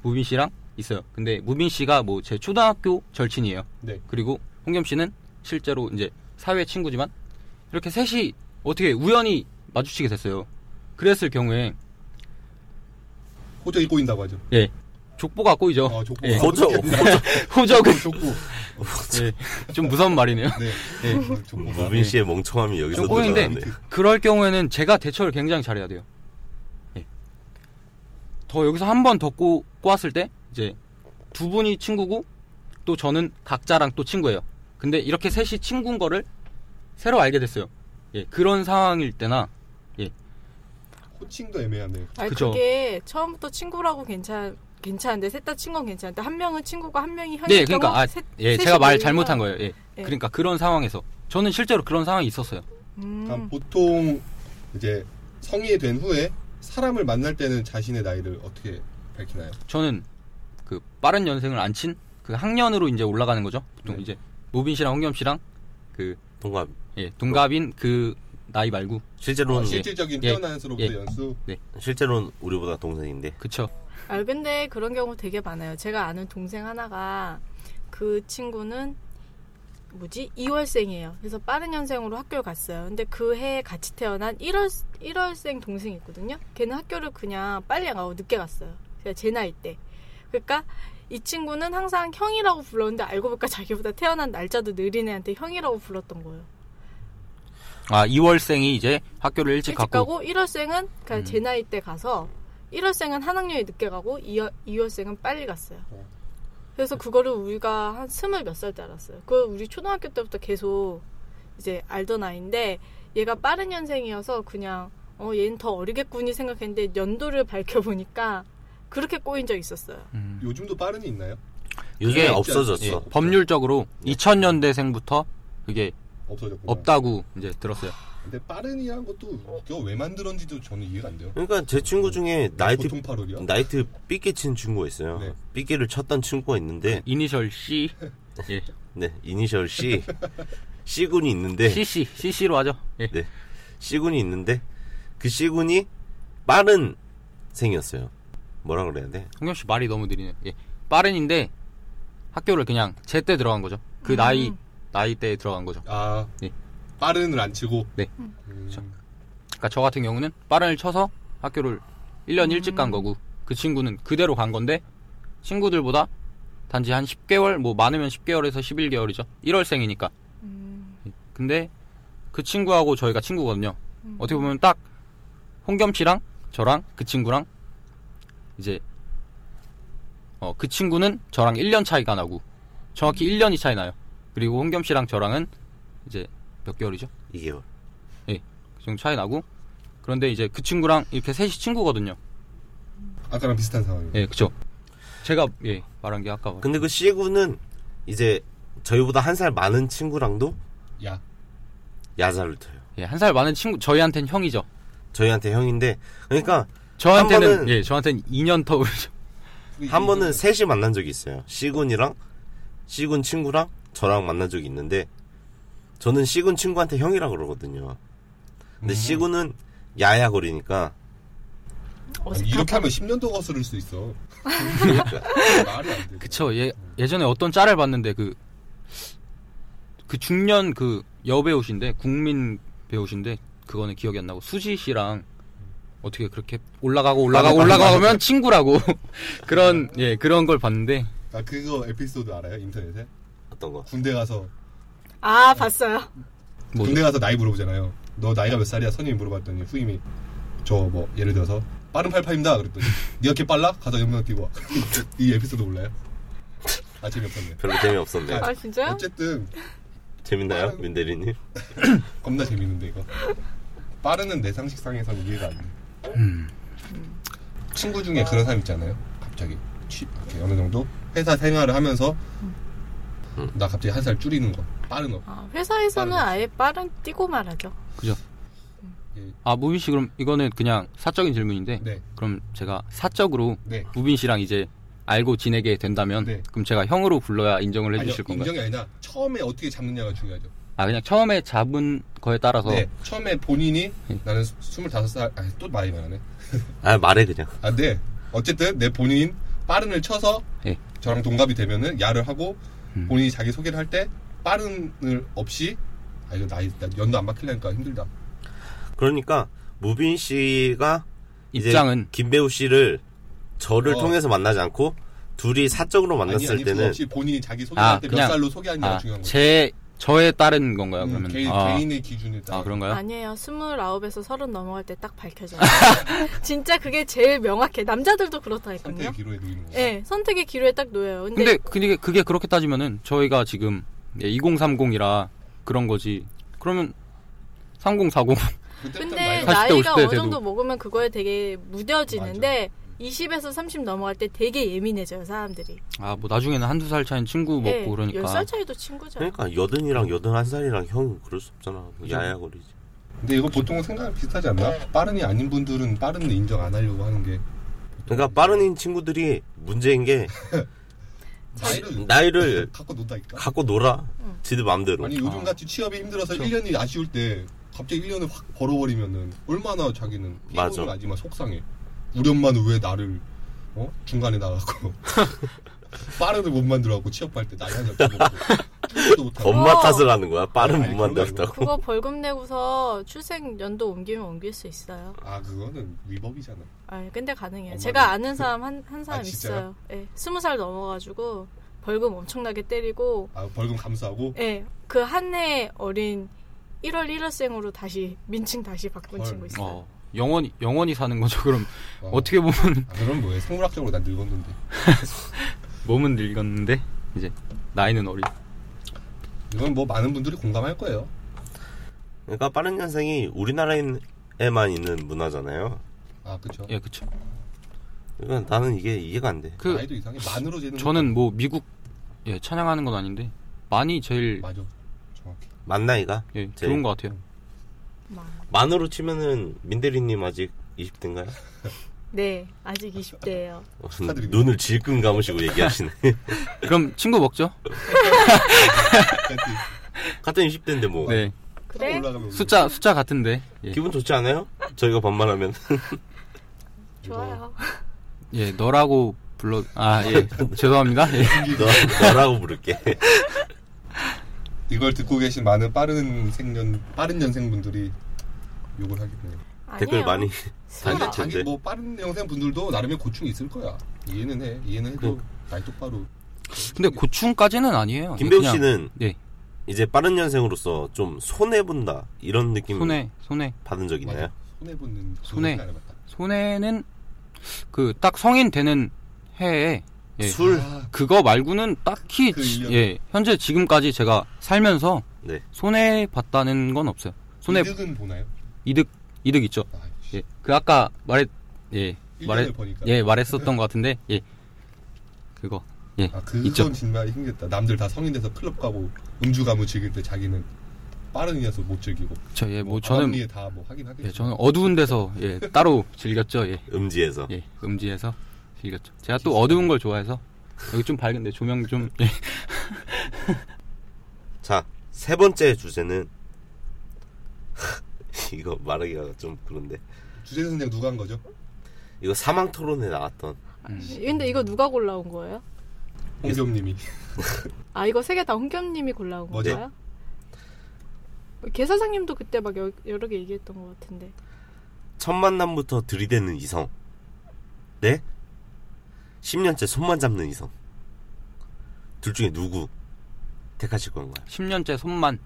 Speaker 3: 무빈 씨랑 있어요. 근데 무빈 씨가 뭐 제 초등학교 절친이에요.
Speaker 4: 네.
Speaker 3: 그리고 홍겸 씨는 실제로 이제 사회 친구지만 이렇게 셋이 어떻게 우연히 마주치게 됐어요. 그랬을 경우에
Speaker 4: 호적이 꼬인다고 하죠
Speaker 3: 예, 족보가 꼬이죠.
Speaker 4: 어, 족보
Speaker 3: 예.
Speaker 2: 호적.
Speaker 3: *laughs* 호적은
Speaker 4: 족보
Speaker 3: 예, 좀 무서운 말이네요.
Speaker 4: 네
Speaker 3: 예.
Speaker 4: 족보
Speaker 2: *laughs* 음, 무빈 씨의 멍청함이 여기서
Speaker 3: 좀 꼬이는데.
Speaker 2: 드러나네
Speaker 3: 그럴 경우에는 제가 대처를 굉장히 잘해야 돼요. 예. 더 여기서 한 번 더 꼬았을 때 이제 두 분이 친구고 또 저는 각자랑 또 친구예요. 근데 이렇게 셋이 친구인 거를 새로 알게 됐어요. 예, 그런 상황일 때나 예. 네,
Speaker 4: 호칭도 애매하네요
Speaker 1: 아니
Speaker 3: 그죠.
Speaker 1: 그게 처음부터 친구라고 괜찮 괜찮은데 셋 다 친구는 괜찮은데 한 명은 친구고 한 명이 한
Speaker 3: 네, 그러니까 아,
Speaker 1: 셋,
Speaker 3: 예,
Speaker 1: 셋이
Speaker 3: 제가 말
Speaker 1: 모이면-
Speaker 3: 잘못한 거예요. 예.
Speaker 1: 예.
Speaker 3: 그러니까 그런 상황에서 저는 실제로 그런 상황이 있었어요.
Speaker 1: 음,
Speaker 4: 그러니까 보통 이제 성인이 된 후에 사람을 만날 때는 자신의 나이를 어떻게 밝히나요? 아,
Speaker 3: 저는 그 빠른 연생을 안 친 그 학년으로 이제 올라가는 거죠. 보통
Speaker 4: 네.
Speaker 3: 이제 무빈 씨랑 홍겸 씨랑 그
Speaker 2: 동갑
Speaker 3: 예, 동갑인 그 나이 말고
Speaker 2: 실제로는
Speaker 4: 어, 실질적인
Speaker 3: 예.
Speaker 4: 뛰어난 수로부터
Speaker 3: 예.
Speaker 4: 연수
Speaker 2: 실제로는 우리보다 동생인데
Speaker 4: 예,
Speaker 3: 그쵸
Speaker 1: 아 근데 그런 경우 되게 많아요. 제가 아는 동생 하나가 그 친구는 뭐지 2월생이에요. 그래서 빠른 년생으로 학교를 갔어요. 근데 그 해에 같이 태어난 1월 1월생 동생이 있거든요. 걔는 학교를 그냥 빨리 안 가고 늦게 갔어요. 제가 제 나이 때. 그러니까 이 친구는 항상 형이라고 불렀는데 알고 보니까 자기보다 태어난 날짜도 느린 애한테 형이라고 불렀던 거예요.
Speaker 3: 아 2월생이 이제 학교를 일찍,
Speaker 1: 일찍
Speaker 3: 가고,
Speaker 1: 가고 1월생은 그러니까
Speaker 3: 음.
Speaker 1: 제 나이 때 가서 1월생은 한 학년이 늦게 가고 2월, 2월생은 빨리 갔어요.
Speaker 4: 어.
Speaker 1: 그래서 그거를 우리가 한 스물 몇 살 때 알았어요. 그 우리 초등학교 때부터 계속 이제 알던 아이인데 얘가 빠른 년생이어서 그냥 어 얘는 더 어리겠군이 생각했는데 연도를 밝혀보니까 그렇게 꼬인 적 있었어요.
Speaker 3: 음.
Speaker 4: 요즘도 빠른이 있나요?
Speaker 2: 요즘에
Speaker 3: 그게
Speaker 2: 없어졌어.
Speaker 4: 있죠. 예.
Speaker 3: 법률적으로 2000년대생부터 그게
Speaker 4: 없어졌구나.
Speaker 3: 없다고 이제 들었어요.
Speaker 4: 근데 빠른이란 것도 웃겨 왜 만들었는지도 저는 이해가 안 돼요.
Speaker 2: 그러니까 제 친구 중에 나이트
Speaker 4: 보통 파롤이야?
Speaker 2: 나이트 삐끼 친 친구가 있어요.
Speaker 4: 네.
Speaker 2: 삐끼를 쳤던 친구가 있는데
Speaker 3: 이니셜 C, *laughs* 예.
Speaker 2: 네, 이니셜 C
Speaker 4: *laughs*
Speaker 2: C군이 있는데
Speaker 3: CC, CC로 하죠. 예.
Speaker 2: 네. C군이 있는데 그 C군이 빠른 생이었어요. 뭐라 그래야 돼?
Speaker 3: 홍경 씨 말이 너무 느리네. 예. 빠른인데 학교를 그냥 제때 들어간 거죠. 그
Speaker 1: 음.
Speaker 3: 나이 나이 때에 들어간 거죠.
Speaker 4: 아
Speaker 3: 네.
Speaker 4: 빠른을 안 치고.
Speaker 3: 네.
Speaker 4: 음,
Speaker 3: 그러니까 저 같은 경우는 빠른을 쳐서 학교를 1년 일찍 간 거고 그 친구는 그대로 간 건데 친구들보다 단지 한 10개월 뭐 많으면 10개월에서 11개월이죠. 1월생이니까.
Speaker 1: 음,
Speaker 3: 근데 그 친구하고 저희가 친구거든요.
Speaker 1: 음.
Speaker 3: 어떻게 보면 딱 홍겸 씨랑 저랑 그 친구랑 이제 어, 그 친구는 저랑 1년 차이가 나고 정확히 1년이 차이 나요. 그리고 홍겸 씨랑 저랑은 이제 몇 개월이죠?
Speaker 2: 이게
Speaker 3: 그 정도 차이 나고 그런데 이제 그 친구랑 이렇게 셋이 친구거든요.
Speaker 4: 아까랑 비슷한 상황이에요.
Speaker 3: 예, 그쵸. 제가 예, 말한 게 아까
Speaker 2: 근데 그 C군은 이제 저희보다 한 살 많은 친구랑도
Speaker 4: 야
Speaker 2: 야자를 터요.
Speaker 3: 예, 한 살 많은 친구 저희한테는 형이죠.
Speaker 2: 저희한테 형인데 그러니까
Speaker 3: 저한테는
Speaker 2: 한 번은-
Speaker 3: 예, 저한테는 2년 더 어리죠. *laughs*
Speaker 2: 한 번은 셋이 만난 적이 있어요. C군이랑 C군 친구랑 저랑 만난 적이 있는데 저는 C군 친구한테 형이라 그러거든요. 근데 C군은 야야 거리니까
Speaker 4: 아니,
Speaker 1: 어색하다.
Speaker 4: 이렇게 하면 10년도 거스를 수 있어.
Speaker 3: *laughs*
Speaker 4: 말이 안 돼.
Speaker 3: 그쵸. 예, 예전에 어떤 짤을 봤는데 그, 그 중년 그 여배우신데, 국민 배우신데, 그거는 기억이 안 나고, 수지 씨랑 어떻게 그렇게 올라가고 올라가고
Speaker 2: 맞아, 맞아.
Speaker 3: 올라가면 친구라고. *laughs* 그런, 예, 그런 걸 봤는데,
Speaker 4: 나 아, 그거 에피소드 알아요? 인터넷에
Speaker 2: 어떤 거?
Speaker 4: 군대 가서
Speaker 1: 아 봤어요.
Speaker 3: 뭐,
Speaker 4: 군대 가서 나이 물어보잖아요. 너 나이가 몇 살이야? 선임이 물어봤더니 후임이 저 뭐 예를 들어서 빠른 팔팔입니다. 그랬더니 니가 걔 빨라? 가서 연명 뛰고 와. *laughs* 이 에피소드 몰라요? 아 재미없었네.
Speaker 2: 별로 재미없었네요.
Speaker 1: 아 진짜요?
Speaker 4: 어쨌든
Speaker 2: 재밌나요? 민대리님?
Speaker 4: 겁나 재밌는데 이거. 빠르는 내 상식상에선 이해가 안 돼.
Speaker 3: 음.
Speaker 4: 친구 중에 그런 사람 있잖아요. 갑자기 취- 이렇게 어느 정도 회사 생활을 하면서 나 갑자기 한 살 줄이는 거 빠른 거.
Speaker 1: 아, 회사에서는
Speaker 4: 빠르다.
Speaker 1: 아예 빠른 뛰고 말하죠.
Speaker 3: 그죠.
Speaker 4: 예.
Speaker 3: 아, 무빈 씨, 그럼 이거는 그냥 사적인 질문인데,
Speaker 4: 네,
Speaker 3: 그럼 제가 사적으로
Speaker 4: 네.
Speaker 3: 무빈 씨랑 이제 알고 지내게 된다면,
Speaker 4: 네.
Speaker 3: 그럼 제가 형으로 불러야 인정을
Speaker 4: 아니요,
Speaker 3: 해주실 건가요?
Speaker 4: 인정이 아니라 처음에 어떻게 잡느냐가 중요하죠.
Speaker 3: 아, 그냥 처음에 잡은 거에 따라서,
Speaker 4: 네, 처음에 본인이
Speaker 3: 어. 예.
Speaker 4: 나는 25살, 아니, 또 많이 말하네.
Speaker 2: 아 말해 그냥.
Speaker 4: 아, 네. 어쨌든 내 본인 빠른을 쳐서
Speaker 3: 예.
Speaker 4: 저랑 동갑이 되면은 야를 하고
Speaker 3: 음.
Speaker 4: 본인이 자기 소개를 할 때 빠른을 없이 아, 이거 나이, 나 연도 안 바뀌려니까 힘들다.
Speaker 2: 그러니까 무빈 씨가 이제
Speaker 3: 입장은,
Speaker 2: 김배우 씨를 저를
Speaker 4: 어.
Speaker 2: 통해서 만나지 않고 둘이 사적으로 만났을
Speaker 4: 아니, 아니,
Speaker 2: 때는
Speaker 4: 없이 본인이 자기 소개할
Speaker 3: 아,
Speaker 4: 때 몇
Speaker 3: 그냥-
Speaker 4: 살로 소개하느냐가
Speaker 3: 아,
Speaker 4: 중요한 거죠.
Speaker 3: 제 저에 따른 건가요?
Speaker 4: 음,
Speaker 3: 그러면
Speaker 4: 개인,
Speaker 3: 아,
Speaker 4: 개인의 기준에 따라.
Speaker 3: 아, 그런가요?
Speaker 1: 아니에요. 스물아홉에서 서른 넘어갈 때 딱
Speaker 3: *laughs*
Speaker 1: 밝혀져요. 진짜 그게 제일 명확해. 남자들도 그렇다니까요.
Speaker 4: 선택의 기로에 놓이는 거죠.
Speaker 1: 예, 선택의 기로에 딱 놓여요. 근데,
Speaker 3: 근데 그게 그게 그렇게 따지면은 저희가 지금 예, 2030이라 그런 거지. 그러면 3040
Speaker 4: 그때부터
Speaker 1: 근데
Speaker 4: 나이가
Speaker 3: 나- 40대,
Speaker 1: 나이가
Speaker 3: 50대
Speaker 1: 어느
Speaker 3: 돼도.
Speaker 1: 정도 먹으면 그거에 되게 무뎌지는데 20에서 30 넘어갈 때 되게 예민해져요, 사람들이.
Speaker 3: *laughs*
Speaker 1: 예,
Speaker 3: 아, 뭐 나중에는 한두 살 차인 친구 먹고 그러니까.
Speaker 1: 네, 10살 차이도 친구죠.
Speaker 2: 그러니까 여든이랑 여든 한 살이랑 형 그럴 수 없잖아. 야야 거리지.
Speaker 4: 근데 이거 보통 생각이 비슷하지 않나?
Speaker 1: 네.
Speaker 4: 빠른이 아닌 분들은 빠른을 인정 안 하려고 하는 게
Speaker 2: 그러니까 빠른 친구들이 문제인 게
Speaker 4: 나이를
Speaker 2: 나이를
Speaker 4: 갖고 논다니까.
Speaker 2: 갖고 놀아. 지들 마음대로.
Speaker 4: 아니 요즘 같이 취업이 힘들어서
Speaker 3: 그렇죠.
Speaker 4: 1년이 아쉬울 때 갑자기 1년을 확 벌어버리면은 얼마나 자기는
Speaker 2: 맞아.
Speaker 4: 피곤을 하지만 속상해. 우리 엄마는 왜 나를 어? 중간에 나가고
Speaker 3: *laughs*
Speaker 4: 빠르도 못 만들어갖고 취업할 때 나이 한살 먹고 출근도 못하고
Speaker 2: 엄마
Speaker 1: 어.
Speaker 2: 탓을 하는 거야. 빠른
Speaker 4: 아니,
Speaker 2: 분만
Speaker 4: 그런 거
Speaker 2: 되었다고.
Speaker 1: 그거 벌금 내고서 출생 연도 옮기면 옮길 수 있어요.
Speaker 4: 아 그거는 위법이잖아.
Speaker 1: 아, 근데 가능해요.
Speaker 4: 엄마는-
Speaker 1: 제가 아는 사람 한, 한 사람 있어요.
Speaker 4: 진짜요?
Speaker 1: 예, 20살 넘어가지고 벌금 엄청나게 때리고
Speaker 4: 아 벌금 감수하고
Speaker 1: 예, 그 한 해 어린 1월 1월생으로 다시 민칭 다시 바꾼
Speaker 4: 헐.
Speaker 1: 친구 있어요.
Speaker 3: 어, 영원히 영원히 사는 거죠. 그럼
Speaker 4: 어.
Speaker 3: 어떻게 보면
Speaker 4: 아, 그럼 뭐해? 생물학적으로 난 늙었는데.
Speaker 3: 몸은 늙었는데 이제 나이는 어리.
Speaker 4: 이건 뭐 많은 분들이 공감할 거예요.
Speaker 2: 그러니까 빠른 년생이 우리나라에만 있는 문화잖아요.
Speaker 4: 아, 그쵸.
Speaker 3: 예, 그렇죠.
Speaker 2: 그러니까 나는 이게 이해가 안 돼.
Speaker 3: 그
Speaker 4: 나이도 이상해. 만으로 재는
Speaker 3: 저는 뭐 미국 예, 찬양하는 건 아닌데 많이 제일
Speaker 4: 것도- 맞아. 정확히.
Speaker 2: 만 나이가
Speaker 3: 예,
Speaker 2: 제일-
Speaker 3: 좋은 것 같아요.
Speaker 1: 막.
Speaker 2: 만으로 치면은 민대리님 아직 20대인가요?
Speaker 1: 네, 아직 20대예요.
Speaker 4: 축하드립니다.
Speaker 2: 눈을 질끈 감으시고 얘기하시네.
Speaker 3: 그럼 친구 먹죠?
Speaker 2: 같은 20대인데 뭐
Speaker 3: 네.
Speaker 1: 그래?
Speaker 4: 올라가면
Speaker 3: 숫자 숫자 같은데. 예.
Speaker 2: 기분 좋지 않아요? 저희가 반말하면
Speaker 1: 좋아요.
Speaker 2: 뭐,
Speaker 3: 예, 너라고 불러 아, 예. *laughs* 죄송합니다. 예.
Speaker 2: *laughs* 너, 너라고 부를게.
Speaker 4: 이걸 듣고 계신 많은 빠른 생년 빠른 년생 분들이 욕을 하겠네요.
Speaker 2: 댓글
Speaker 1: 아니에요.
Speaker 2: 많이
Speaker 1: 스물
Speaker 2: 아니,
Speaker 4: 아니
Speaker 1: 아홉.
Speaker 4: 자기
Speaker 2: 근데-
Speaker 4: 뭐 빠른 년생 분들도 나름의 고충이 있을 거야. 이해는 해. 이해는 해도
Speaker 2: 그
Speaker 4: 나이 똑바로.
Speaker 3: 근데 고충까지는 아니에요.
Speaker 2: 김배우
Speaker 3: 그냥-
Speaker 2: 씨는
Speaker 3: 예.
Speaker 2: 이제 빠른 년생으로서 좀 손해 본다 이런 느낌
Speaker 3: 손해 손해
Speaker 2: 받은 적 있나요?
Speaker 4: 손해 보는
Speaker 3: 손해.
Speaker 4: 안 해봤다.
Speaker 3: 손해는 그 딱 성인 되는 해에 예.
Speaker 2: 술
Speaker 4: 아,
Speaker 3: 그거 말고는 딱히
Speaker 4: 그
Speaker 3: 지-
Speaker 4: 일년.
Speaker 3: 예 현재 지금까지 제가 살면서
Speaker 2: 네.
Speaker 3: 손해 봤다는 건 없어요. 손해
Speaker 4: 이득은 보나요?
Speaker 3: 이득 이득 있죠.
Speaker 4: 아,
Speaker 3: 예. 그 아까 말했 예 말했
Speaker 4: 말해 보니까.
Speaker 3: 예 말했었던 것 같은데 예 그거 예
Speaker 4: 아, 그건
Speaker 3: 있죠.
Speaker 4: 정말 힘들다. 남들 다 성인 돼서 클럽 가고 음주 가무 즐길 때 자기는 빠른 이어서 못 즐기고.
Speaker 3: 저 예 뭐
Speaker 4: 에
Speaker 3: 저는
Speaker 4: 다 뭐 하긴 하겠죠.
Speaker 3: 예 저는 어두운 데서 예 따로 즐겼죠. 예.
Speaker 2: 음지에서
Speaker 3: 예 음지에서 즐겼죠. 제가 또 어두운 걸 좋아해서 여기 좀 밝은데 조명 좀 예.
Speaker 2: 자 세 번째 주제는 *laughs* 이거 말하기가 좀 그런데
Speaker 4: 주제 선생 누가 한 거죠?
Speaker 2: 이거 사망 토론에 나왔던
Speaker 1: 근데 이거 누가 골라온 거예요?
Speaker 4: 홍겸님이. *laughs*
Speaker 1: 아 이거 세 개 다 홍겸님이 골라온
Speaker 4: 뭐죠?
Speaker 1: 거예요? 개사장님도 그때 막 여, 여러 개 얘기했던 것 같은데
Speaker 2: 첫 만남부터 들이대는 이성 네 10년째 손만 잡는 이성 둘 중에 누구 택하실 건가요?
Speaker 3: 10년째 손만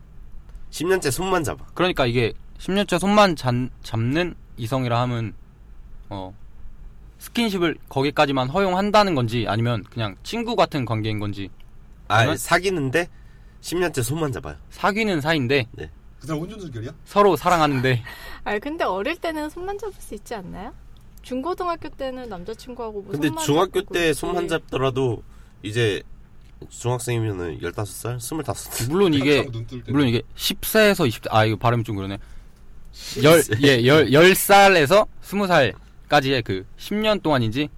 Speaker 2: 10년째 손만 잡아
Speaker 3: 그러니까 이게 10년째 손만 잔- 잡는 이성이라 하면 어 스킨십을 거기까지만 허용한다는 건지 아니면 그냥 친구 같은 관계인 건지
Speaker 2: 아
Speaker 3: 저는-
Speaker 2: 사귀는데 10년째 손만 잡아요
Speaker 3: 사귀는 사이인데
Speaker 4: 그 사람 혼전술결이야?
Speaker 3: 서로 사랑하는데
Speaker 1: 아 근데 어릴 때는 손만 잡을 수 있지 않나요? 중고등학교 때는 남자친구하고 뭐
Speaker 2: 근데
Speaker 1: 손만
Speaker 2: 중학교
Speaker 1: 잡고
Speaker 2: 때 손만
Speaker 1: 그랬지.
Speaker 2: 잡더라도 이제 중학생이면은 15살? 25살?
Speaker 3: 물론 이게
Speaker 4: 한참 눈뜰 때.
Speaker 3: 물론 이게 10세에서 20세 아 이거 발음이 좀 그러네 열예열 열살에서 20살까지의 그 10년 동안인지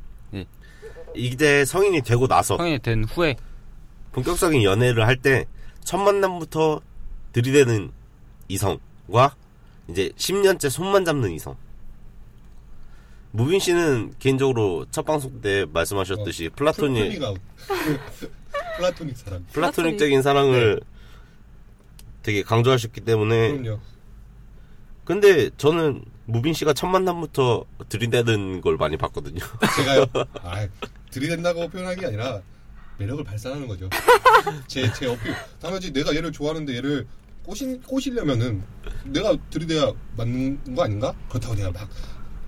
Speaker 2: *laughs* 이제 성인이 되고 나서
Speaker 3: 성인이 된 후에
Speaker 2: 본격적인 연애를 할 때 첫 만남부터 들이대는 이성과 이제 10년째 손만 잡는 이성 무빈 씨는 개인적으로 첫 방송 때 말씀하셨듯이
Speaker 1: 어.
Speaker 2: 플라토닉
Speaker 4: 플라토닉 아웃. *laughs* 플라토닉 사람.
Speaker 2: 플라토닉적인 사랑을
Speaker 1: 네.
Speaker 2: 되게 강조하셨기
Speaker 1: 음.
Speaker 2: 때문에
Speaker 4: 그럼요.
Speaker 2: 근데 저는 무빈 씨가 첫 만남부터 들이대는 걸 많이 봤거든요.
Speaker 4: 제가요. 아, 들이댄다고 표현한 게 아니라 매력을 발산하는 거죠. 제, 제 어필. 당연히 내가 얘를 좋아하는데 얘를 꼬신, 꼬시려면은 내가 들이대야 맞는 거 아닌가? 그렇다고 내가 막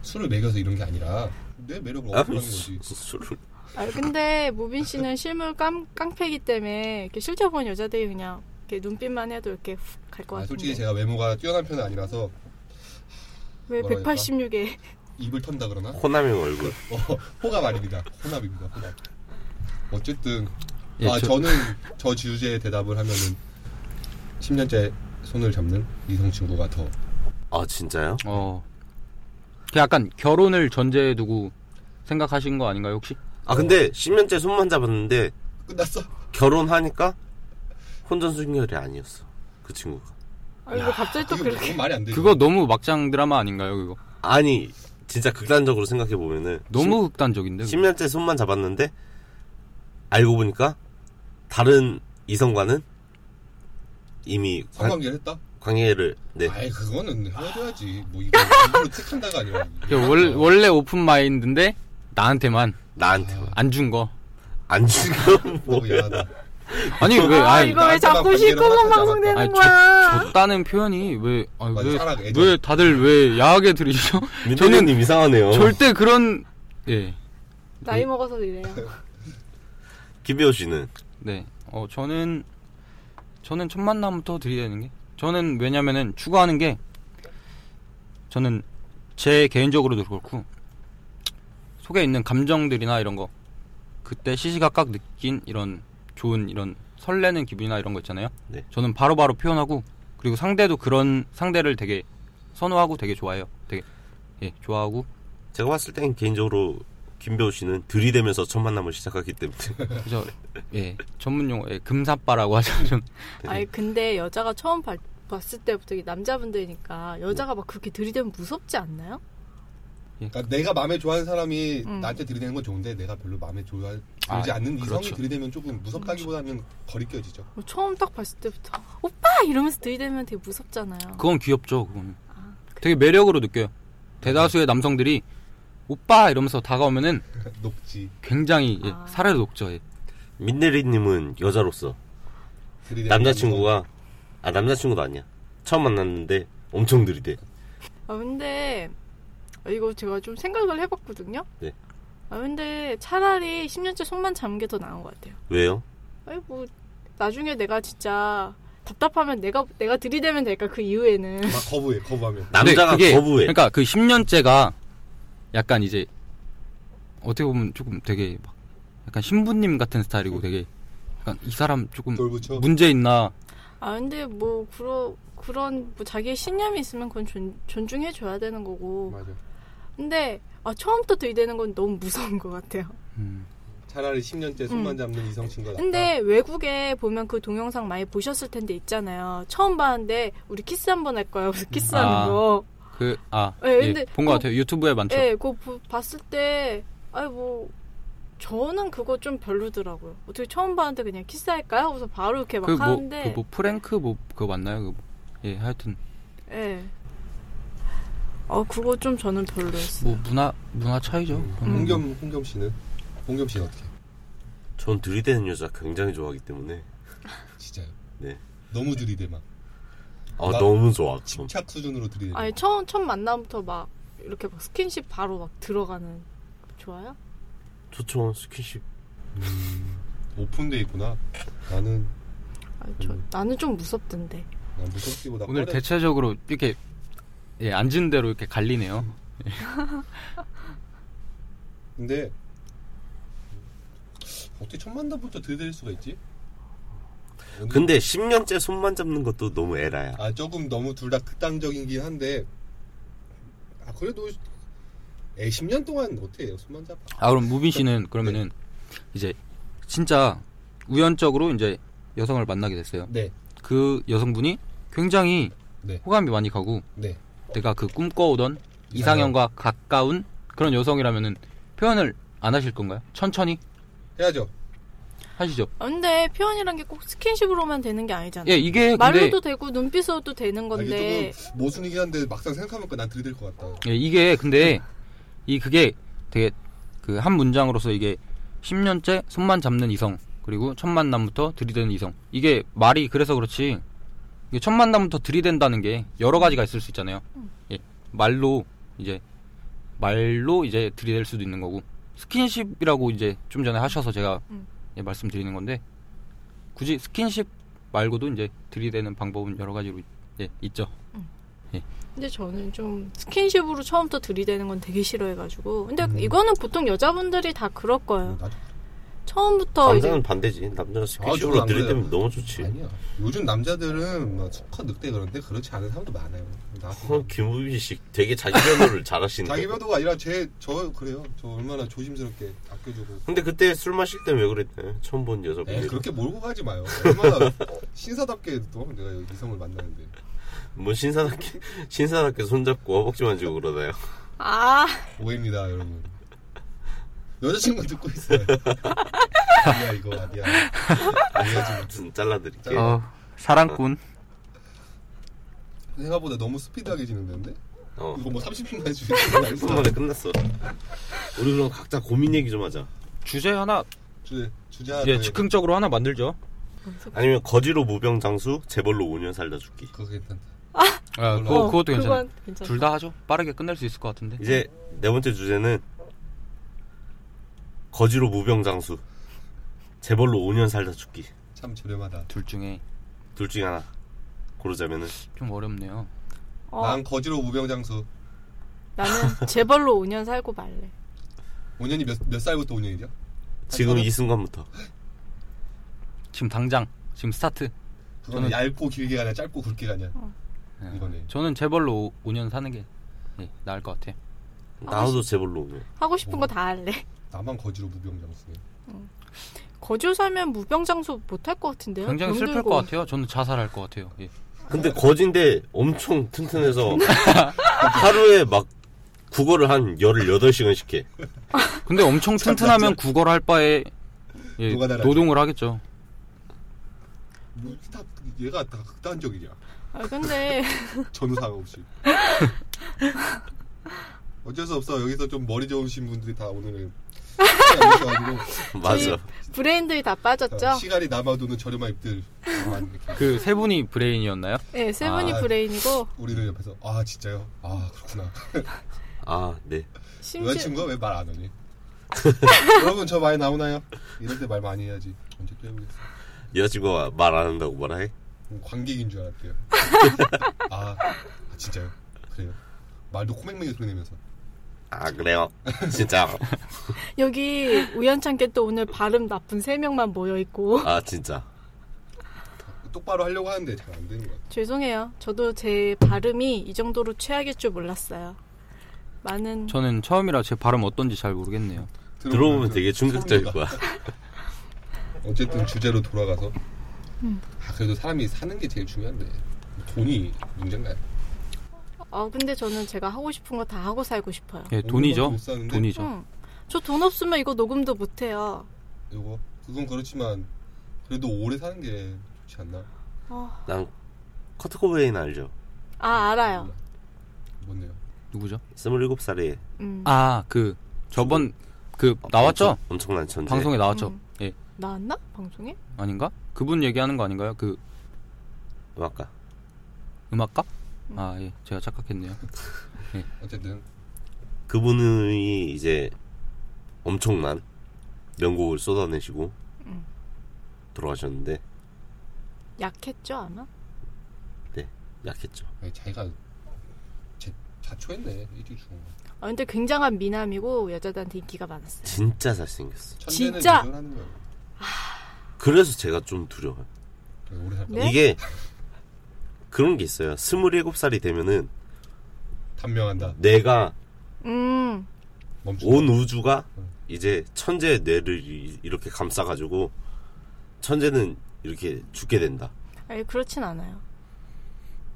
Speaker 4: 술을 먹여서 이런 게 아니라 내 매력을
Speaker 2: 아, *laughs*
Speaker 4: 어필하는 거지.
Speaker 2: 수- 수- 술을
Speaker 1: 아 근데 무빈 씨는 실물 깡 깡패기 때문에 이렇게 실제 본 여자들이 그냥 이렇게 눈빛만 해도 이렇게 갈 것
Speaker 4: 아,
Speaker 1: 같은데
Speaker 4: 솔직히 제가 외모가 뛰어난 편은 아니라서
Speaker 1: 왜
Speaker 4: 뭐라 그럴까?
Speaker 1: 186에
Speaker 4: 입을 턴다 그러나?
Speaker 2: 호남형 얼굴.
Speaker 4: 어, 호감 아닙니다. 호납입니다. 호납. 어쨌든
Speaker 3: 예,
Speaker 4: 아
Speaker 3: 저-
Speaker 4: 저... 는저 주제에 대답을 하면은 10년째 손을 잡는 이성 친구가 더
Speaker 2: 아 진짜요?
Speaker 3: 어 그 약간 결혼을 전제해 두고 생각하신 거 아닌가요 혹시?
Speaker 4: 어.
Speaker 2: 아 근데 10년째 손만 잡았는데
Speaker 4: 끝났어.
Speaker 2: 결혼하니까 혼전 순결이 아니었어 그 친구가.
Speaker 1: 아 이거 갑자기 또
Speaker 4: 이거
Speaker 1: 그렇게
Speaker 4: 너무 뭐 말이 안 돼.
Speaker 3: 그거 너무 막장 드라마 아닌가요 그거?
Speaker 2: 아니 진짜 극단적으로 생각해 보면은
Speaker 3: 너무 극단적인데.
Speaker 2: 10년째 손만 잡았는데 알고 보니까 다른 이성과는 이미 관,
Speaker 4: 성관계를 했다?
Speaker 2: 관계를 네
Speaker 4: 아이 그거는 헤어져야지. 뭐 이거 일부러 택한다가 아니라.
Speaker 3: 그 원, 원래 오픈 마인드인데 나한테만
Speaker 2: 나한테
Speaker 3: 안 준 거.
Speaker 2: 안 죽여
Speaker 4: 너무 어,
Speaker 2: 뭐야?
Speaker 4: 야하다.
Speaker 3: 아니
Speaker 1: *laughs*
Speaker 3: 왜
Speaker 1: 아,
Speaker 3: 아니
Speaker 1: 이거 왜 자꾸
Speaker 4: 뭐 나한테만
Speaker 1: 실컷만
Speaker 4: 관계를
Speaker 1: 방송되는
Speaker 3: 아니,
Speaker 1: 거야?
Speaker 3: 줬다는 표현이 왜, 아니,
Speaker 4: 맞아,
Speaker 3: 왜,
Speaker 4: 사랑, 애정.
Speaker 3: 왜 다들 왜 야하게 들으시죠? 저는
Speaker 2: 민대리님 이상하네요.
Speaker 4: 어.
Speaker 3: 절대 그런 예.
Speaker 1: *laughs* 나이 먹어서
Speaker 4: *laughs*
Speaker 1: 이래요.
Speaker 2: 김배우 씨는
Speaker 3: 네. 어, 저는, 저는 첫 만남부터 드려야 되는 게, 저는 왜냐면은 추구하는 게, 저는 제 개인적으로도 그렇고, 속에 있는 감정들이나 이런 거, 그때 시시각각 느낀 이런 좋은 이런 설레는 기분이나 이런 거 있잖아요.
Speaker 2: 네.
Speaker 3: 저는 바로바로 표현하고, 그리고 상대도 그런 상대를 되게 선호하고 되게 좋아해요. 되게, 예, 좋아하고,
Speaker 2: 제가 봤을 땐 개인적으로 김배우 씨는 들이대면서 첫 만남을 시작하기 때문에 *laughs*
Speaker 3: 그래서, 예, 전문 용어, 예, 금사빠라고 하죠. 좀.
Speaker 1: 아니 근데 여자가 처음 봐- 봤을 때부터 이게 남자분들이니까 여자가 막 그렇게 들이대면 무섭지 않나요?
Speaker 4: 그러니까 내가 마음에 좋아하는 사람이
Speaker 1: 음.
Speaker 4: 나한테 들이대는 건 좋은데 내가 별로 마음에 좋아 들지
Speaker 3: 아,
Speaker 4: 않는 이성이
Speaker 3: 그렇죠.
Speaker 4: 들이대면 조금 무섭다기보다는 거리껴지죠. *laughs*
Speaker 1: 뭐 처음 딱 봤을 때부터 오빠 이러면서 들이대면 되게 무섭잖아요.
Speaker 3: 그건 귀엽죠, 그건.
Speaker 1: 아, 그-
Speaker 3: 되게 매력으로 느껴요. 대다수의 남성들이 오빠 이러면서 다가오면은
Speaker 4: 녹지
Speaker 3: 굉장히 예,
Speaker 1: 아.
Speaker 3: 사례로 녹죠. 예.
Speaker 2: 민대리님은 여자로서
Speaker 4: 들이대는
Speaker 2: 남자친구가 아 남자친구도 아니야 처음 만났는데 엄청 들이대.
Speaker 1: 아 근데 이거 제가 좀 생각을 해봤거든요.
Speaker 2: 네.
Speaker 1: 아 근데 차라리 10년째 속만 잠은 게 더 나은 것 같아요.
Speaker 2: 왜요?
Speaker 1: 아니 뭐 나중에 내가 진짜 답답하면 내가 내가 들이대면 될까 그 이후에는
Speaker 4: 건 막 거부해 거부하면
Speaker 2: 남자가
Speaker 3: 근데 그게-
Speaker 2: 거부해.
Speaker 3: 그러니까 그 10년째가 약간 이제 어떻게 보면 조금 되게 막 약간 신부님 같은 스타일이고 되게 약간 이 사람 조금
Speaker 4: 돌부쳐
Speaker 3: 문제 있나
Speaker 1: 아 근데 뭐 그러 그런 뭐 자기의 신념이 있으면 그건 존, 존중해 줘야 되는 거고
Speaker 4: 맞아.
Speaker 1: 근데 아, 처음부터 들이대는 건 너무 무서운 것 같아요.
Speaker 3: 음,
Speaker 4: 차라리 10년째 손만 잡는 이성 친구가 낫다.
Speaker 1: 음. 근데 외국에 보면 그 동영상 많이 보셨을 텐데 있잖아요. 처음 봤는데 우리 키스 한 번 할 거야. 우리 키스하는
Speaker 3: 아.
Speaker 1: 거.
Speaker 3: 그, 아,
Speaker 1: 예, 근데
Speaker 3: 본 것
Speaker 1: 그-
Speaker 3: 같아요. 유튜브에 많죠.
Speaker 1: 예, 그거 보- 봤을 때 아이 뭐 저는 그거 좀 별로더라고요. 어떻게 처음 봤는데 그냥 키스할까요? 하고서 바로 이렇게 막
Speaker 3: 그 뭐,
Speaker 1: 하는데
Speaker 3: 그 뭐, 프랭크 뭐, 그거 맞나요? 그 뭐. 예, 하여튼,
Speaker 1: 예. 어 그거 좀 저는 별로였어요.
Speaker 3: 뭐, 문화, 문화 차이죠.
Speaker 1: 음.
Speaker 3: 그거는.
Speaker 4: 홍겸 홍겸 씨는 홍겸 씨는 어떻게?
Speaker 2: 전 들이대는 여자 굉장히 좋아하기 때문에
Speaker 4: 진짜요?
Speaker 2: 네.
Speaker 4: 너무 들이대 막
Speaker 2: 아
Speaker 4: 나-
Speaker 2: 너무 좋아. 좀.
Speaker 3: 어.
Speaker 4: 침착 수준으로
Speaker 3: 뭐.
Speaker 4: 들이대.
Speaker 1: 아니 처음 첫 만남부터 막 이렇게 막 스킨십 바로 막 들어가는 좋아요?
Speaker 2: 좋죠 스킨십.
Speaker 4: 오픈돼 있구나. 나는
Speaker 1: 아니, 저,
Speaker 4: 음.
Speaker 1: 나는 좀 무섭던데.
Speaker 4: 난 무섭기보다
Speaker 3: 오늘
Speaker 4: 꺼려.
Speaker 3: 대체적으로 이렇게 예, 앉은 대로 이렇게 갈리네요.
Speaker 4: 근데 어떻게 첫 만남부터 들이댈 수가 있지?
Speaker 2: 근데 10년째 손만 잡는 것도 너무 에라야.
Speaker 4: 아 조금 너무 둘 다 극단적이긴 한데 아 그래도 애 10년 동안 어때요 손만 잡아
Speaker 3: 아 그럼 무빈 씨는 그러면은 이제 진짜 우연적으로 이제 여성을 만나게 됐어요. 그 여성분이 굉장히
Speaker 4: 네.
Speaker 3: 호감이 많이 가고
Speaker 4: 네네아
Speaker 3: 내가 그 꿈꿔오던 이상형과 가까운 그런 여성이라면은 표현을 안 하실 건가요? 천천히
Speaker 4: 해야죠
Speaker 3: 하시죠.
Speaker 1: 아, 근데 표현이란 게 꼭 스킨십으로만 되는 게 아니잖아요.
Speaker 3: 예, 이게 근데
Speaker 1: 말로도 되고 눈빛으로도 되는
Speaker 4: 아,
Speaker 1: 건데.
Speaker 4: 이게 조금 모순이긴 한데 막상 생각하면 난 들이댈 것 같다
Speaker 3: 예, 이게 근데 이 그게 되게 그 한 문장으로서 이게 10년째 손만 잡는 이성 그리고 첫 만남부터 들이대는 이성 이게 말이 그래서 그렇지 이게 첫 만남부터 들이댄다는 게 여러 가지가 있을 수 있잖아요. 예, 말로 이제 말로 이제 들이댈 수도 있는 거고 스킨십이라고 이제 좀 전에 하셔서 제가
Speaker 1: 음.
Speaker 3: 예, 말씀드리는 건데 굳이 스킨십 말고도 이제 들이대는 방법은 여러 가지로 예, 있죠.
Speaker 1: 근데 저는 좀 스킨십으로 처음부터 들이대는 건 되게 싫어해가지고. 근데
Speaker 4: 음.
Speaker 1: 이거는 보통 여자분들이 다 그럴
Speaker 3: 음.
Speaker 1: 거예요.
Speaker 4: 나도
Speaker 1: 처음부터 어, 이제
Speaker 2: 남자는 반대지. 남자는
Speaker 4: 저는
Speaker 2: 스킨십으로
Speaker 4: 안
Speaker 2: 들이대면
Speaker 4: 그래요.
Speaker 2: 너무 좋지.
Speaker 4: 아니야 요즘 남자들은 막 수컷 늑대 그런데 그렇지 않은 사람도 많아요 나
Speaker 2: 그럼 김우빈 씨 되게 자기
Speaker 3: *laughs*
Speaker 2: 변호를 잘하시는.
Speaker 4: 자기 변호가 아니라 제 저 그래요 저 얼마나 조심스럽게 아껴주고
Speaker 2: 근데 그때 술 마실 때 왜 네, 그랬대? 처음 본
Speaker 4: 에
Speaker 2: 여자분이
Speaker 4: 그렇게 몰고 가지 마요 얼마나 *laughs* 신사답게 또 내가 이성을 만나는데
Speaker 2: 뭐 신사답게 *laughs* 신사답게 손잡고 허벅지 만지고 그러나요?
Speaker 1: 아
Speaker 4: 오해입니다, 여러분. 여자친구 듣고 있어요. 아니야, 이거 아니야. 아니야, 지금.
Speaker 2: 아무튼 잘라드릴게요.
Speaker 4: 어,
Speaker 3: 사랑꾼.
Speaker 4: 생각보다 너무 스피드하게 진행되는데?
Speaker 2: 어.
Speaker 4: 이거 뭐 30분 만에 주는
Speaker 2: 한만에 끝났어. 우리 그럼 각자 고민 얘기 좀 하자.
Speaker 3: 주제 하나
Speaker 4: 주제, 주제 하나.
Speaker 3: 예,
Speaker 4: 더 해.
Speaker 3: 즉흥적으로 하나 만들죠.
Speaker 2: 아니면 거지로 무병장수, 재벌로 5년 살다 죽기.
Speaker 4: 그거 괜찮다.
Speaker 3: 아, 그거,
Speaker 4: 어,
Speaker 3: 그것도 괜찮아요.
Speaker 1: 그건 괜찮아.
Speaker 3: 둘 다 하죠. 빠르게 끝낼 수 있을 것 같은데.
Speaker 2: 이제 네 번째 주제는 거지로 무병장수, 재벌로 5년 살다 죽기.
Speaker 4: 참 저렴하다.
Speaker 3: 둘 중에
Speaker 2: 둘 중에 하나 고르자면은
Speaker 3: 좀 어렵네요.
Speaker 1: 어,
Speaker 4: 난 거지로 무병장수.
Speaker 3: *laughs*
Speaker 1: 나는 재벌로 5년 살고 말래.
Speaker 4: 5년이 몇, 몇 살부터 5년이죠?
Speaker 2: 지금
Speaker 4: 저는-
Speaker 2: 이 순간부터
Speaker 3: 지금 당장 지금 스타트.
Speaker 4: 그거는
Speaker 3: 저는-
Speaker 4: 얇고 길게 가냐, 짧고 굵게 가냐.
Speaker 3: 네.
Speaker 4: 이거네.
Speaker 3: 저는 재벌로 5, 년 사는 게 예, 나을 것 같아요.
Speaker 2: 나도 재벌로 5년.
Speaker 1: 하고 싶은
Speaker 3: 어.
Speaker 1: 거 다 할래. *laughs*
Speaker 4: 나만 거지로 무병장수네.
Speaker 1: 거주 살면 무병장수 못 할 것 같은데요? 뭐
Speaker 3: 굉장히
Speaker 1: 병들고.
Speaker 3: 슬플 것 같아요. 저는 자살할 것 같아요. 예.
Speaker 2: 근데 거진데 엄청 튼튼해서 하루에 막 국어를 한 18시간씩 해.
Speaker 3: 근데 엄청 튼튼하면 국어를 할 바에 예,
Speaker 4: 누가 달아요?
Speaker 3: 노동을 하겠죠.
Speaker 4: 뭐, 다, 얘가 다 극단적이냐.
Speaker 1: 아, 근데 *laughs*
Speaker 4: 전우상 없이. 어쩔 수 없어. 여기서 좀 머리 좋으신 분들이 다 오늘은 시간이 안 돼가지고
Speaker 2: 맞아.
Speaker 1: 브레인들이 다 빠졌죠?
Speaker 4: 어, 시간이 남아도는 저렴한 입들
Speaker 3: 그 세 분이 브레인이었나요?
Speaker 1: 네, 세 분이
Speaker 3: 아.
Speaker 1: 브레인이고
Speaker 4: 우리를 옆에서 아 진짜요? 아 그렇구나.
Speaker 2: 아, 네.
Speaker 1: 심지어
Speaker 4: 여자친구가 왜 말 안 하니? 여러분 저 많이 나오나요? 이럴 때 말 많이 해야지. 언제 또 해보겠어.
Speaker 2: 여자친구가 말 안 한다고 뭐라 해?
Speaker 4: 음, 관객인
Speaker 2: *laughs*
Speaker 4: 줄 알았대요. 아, 아, 진짜요? 그래요. 말도 코맹맹이 소리내면서
Speaker 2: 아, 그래요. 진짜.
Speaker 1: 여기 우연찮게 또 오늘 발음 나쁜 세 명만 모여 있고
Speaker 2: 아, 진짜.
Speaker 4: 똑바로 하려고 하는데 잘 안 되는 것 같아요.
Speaker 1: 죄송해요. 저도 제 발음이 이 정도로 최악일 줄 몰랐어요. 많은
Speaker 3: 저는 처음이라 제 발음 어떤지 잘 모르겠네요.
Speaker 2: 들어보면 되게 충격적일 거야.
Speaker 4: 어쨌든 주제로 돌아가서
Speaker 1: 음.
Speaker 4: 아, 그래도 사람이 사는 게 제일 중요한데 돈이 문제인가요?
Speaker 1: 어 근데 저는 제가 하고 싶은 거 다 하고 살고 싶어요.
Speaker 3: 예,
Speaker 4: 오늘
Speaker 3: 돈이죠.
Speaker 4: 못 사는데?
Speaker 3: 돈이죠.
Speaker 1: 응. 저 돈 없으면 이거 녹음도 못 해요.
Speaker 4: 이거 그건 그렇지만 그래도 오래 사는 게 좋지 않나?
Speaker 1: 어,
Speaker 2: 난 커트 코베인 알죠?
Speaker 1: 아 알아요.
Speaker 4: 뭔데요?
Speaker 3: 누구죠?
Speaker 2: 27살에
Speaker 1: 음.
Speaker 3: 아, 그 저번 그
Speaker 2: 아,
Speaker 3: 나왔죠?
Speaker 2: 엄청난 천재.
Speaker 3: 방송에 나왔죠.
Speaker 1: 음.
Speaker 3: 예.
Speaker 1: 나왔나 방송에?
Speaker 3: 아닌가? 그분 얘기하는 거 아닌가요? 그
Speaker 2: 음악가.
Speaker 3: 음악가? 아, 예. 제가 착각했네요.
Speaker 4: 어쨌든
Speaker 2: 그분이 이제 엄청난 명곡을 쏟아내시고
Speaker 3: 음.
Speaker 2: 돌아가셨는데
Speaker 1: 약했죠 아마?
Speaker 2: 약했죠.
Speaker 4: 아니, 자기가 제, 자초했네 일찍 죽은 거.
Speaker 1: 아 근데 굉장한 미남이고 여자들한테 인기가 많았어요.
Speaker 2: 진짜 잘생겼어.
Speaker 4: 천재는
Speaker 1: 진짜?
Speaker 4: 기절하는 거예요.
Speaker 2: 그래서 제가 좀 두려워요.
Speaker 4: 그래, 오래 살
Speaker 1: 네?
Speaker 2: 이게 그런 게 있어요. 27살이 되면은
Speaker 4: 단명한다.
Speaker 2: 내가
Speaker 1: 음.
Speaker 4: 멈추고
Speaker 2: 온 우주가 이제 천재의 뇌를 이- 이렇게 감싸가지고 천재는 이렇게 죽게 된다.
Speaker 1: 아니 그렇진 않아요.